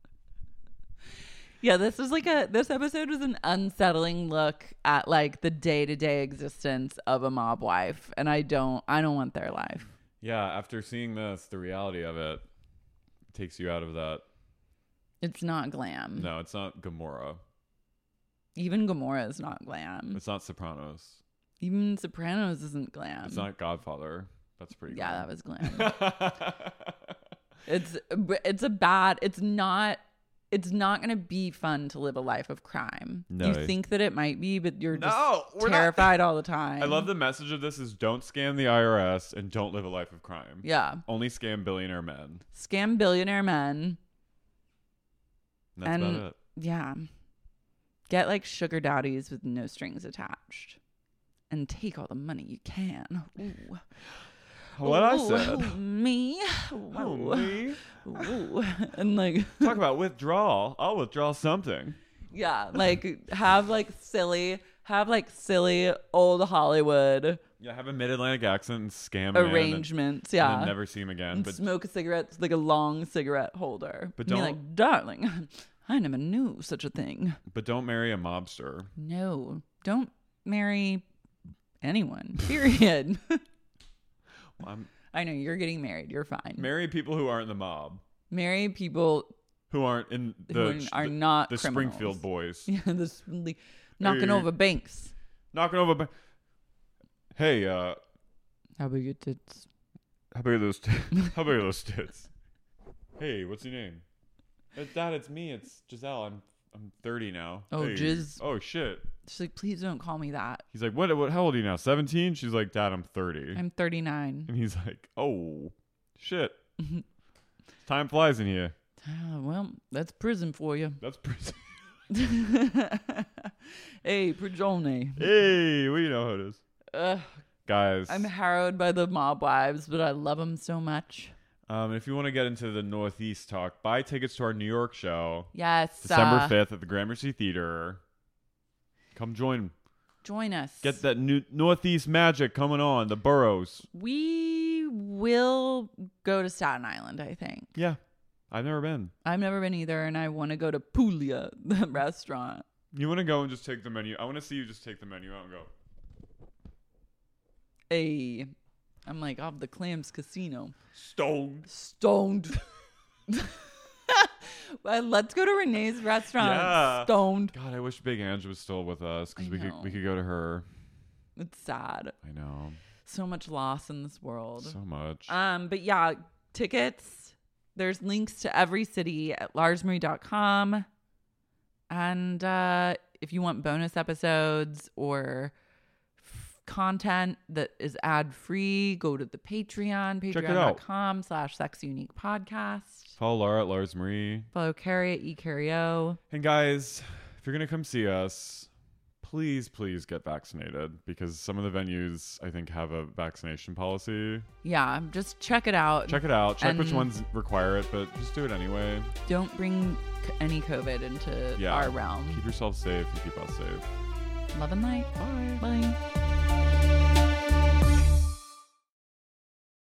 yeah, this was like a this episode was an unsettling look at like the day to day existence of a mob wife, and I don't I don't want their life.
Yeah. After seeing this, the reality of it takes you out of that.
It's not glam.
No, it's not Gomorrah.
Even Gomorrah is not glam.
It's not Sopranos.
Even Sopranos isn't glam.
It's not Godfather. That's pretty.
yeah, that was glam.
was.
It's it's a bad. It's not. It's not going to be fun to live a life of crime.
No.
You think that it might be, but you're just
No, we're not-
terrified all the time.
I love the message of this is don't scam the IRS and don't live a life of crime.
Yeah,
Only scam billionaire men.
scam billionaire men.
And that's
And-
about it.
Yeah, get like sugar daddies with no strings attached, and take all the money you can. Ooh.
What I
Ooh, ooh,
said.
me.
Oh,
Whoa.
me.
Ooh. and like.
Talk about withdrawal. I'll withdraw something.
Yeah, like have like silly, have like silly old Hollywood
Yeah, have a mid Atlantic accent and scam man
arrangements.
And,
yeah,
and then never see him again.
And
But
smoke a cigarette like a long cigarette holder.
But
And be
don't-
like, darling, I never knew such a thing.
but don't marry a mobster.
No, don't marry anyone. Period.
Um,
I know you're getting married. You're fine.
marry people who aren't the mob.
marry people
Who aren't in the
who are not
the
criminals.
Springfield boys.
Yeah, this like, knocking
Hey.
over banks.
Knocking over ba- Hey, uh
How about your tits?
How big are those? T- how big are those tits? Hey, what's your name? Uh, Dad, it's me. It's Giselle. I'm I'm 30 now.
Oh,
Hey.
jizz.
Oh shit.
She's like, please don't call me that.
He's like, what? What? How old are you now? 17? She's like, Dad, I'm 30.
I'm 39.
and he's like, Oh shit. Time flies in here.
Ah, well, that's prison for you.
That's pretty.
hey, Prigione.
hey, we know how it is,
Ugh,
guys.
I'm harrowed by the mob wives, but I love them so much.
um, if you want to get into the Northeast talk, buy tickets to our New York show,
Yes.
December
uh,
5th at the Gramercy Theater. Come join.
Join us.
Get that new Northeast magic coming on the boroughs.
We will go to Staten Island, I think.
Yeah, I've never been.
I've never been either, and I want to go to Puglia, the restaurant.
You want to go and just take the menu? I want to see you just take the menu out and go.
Hey, I'm like off the Clams Casino.
Stoned.
Stoned. well, let's go to Renee's restaurant.
Yeah.
Stoned.
God, I wish Big Ange was still with us because
I
we could
know.
we could go to her.
It's sad.
I know
so much loss in this world.
so much.
um, but yeah, tickets. There's links to every city at larsmarie.com. And uh, if you want bonus episodes or f- content that is ad free. Go to the Patreon,
Check it out.
patreon.com slash sex unique podcast.
Follow Laura at Lars Marie.
Follow Carrie at E Carrie O.
And guys, if you're gonna come see us, please, please get vaccinated because some of the venues I think have a vaccination policy.
Yeah, just check it out.
Check it out. Check which
And-
ones require it, but just do it anyway.
Don't bring c- any COVID into
Yeah.
our realm.
Keep yourself safe and keep us safe.
Love and light.
Bye.
Bye.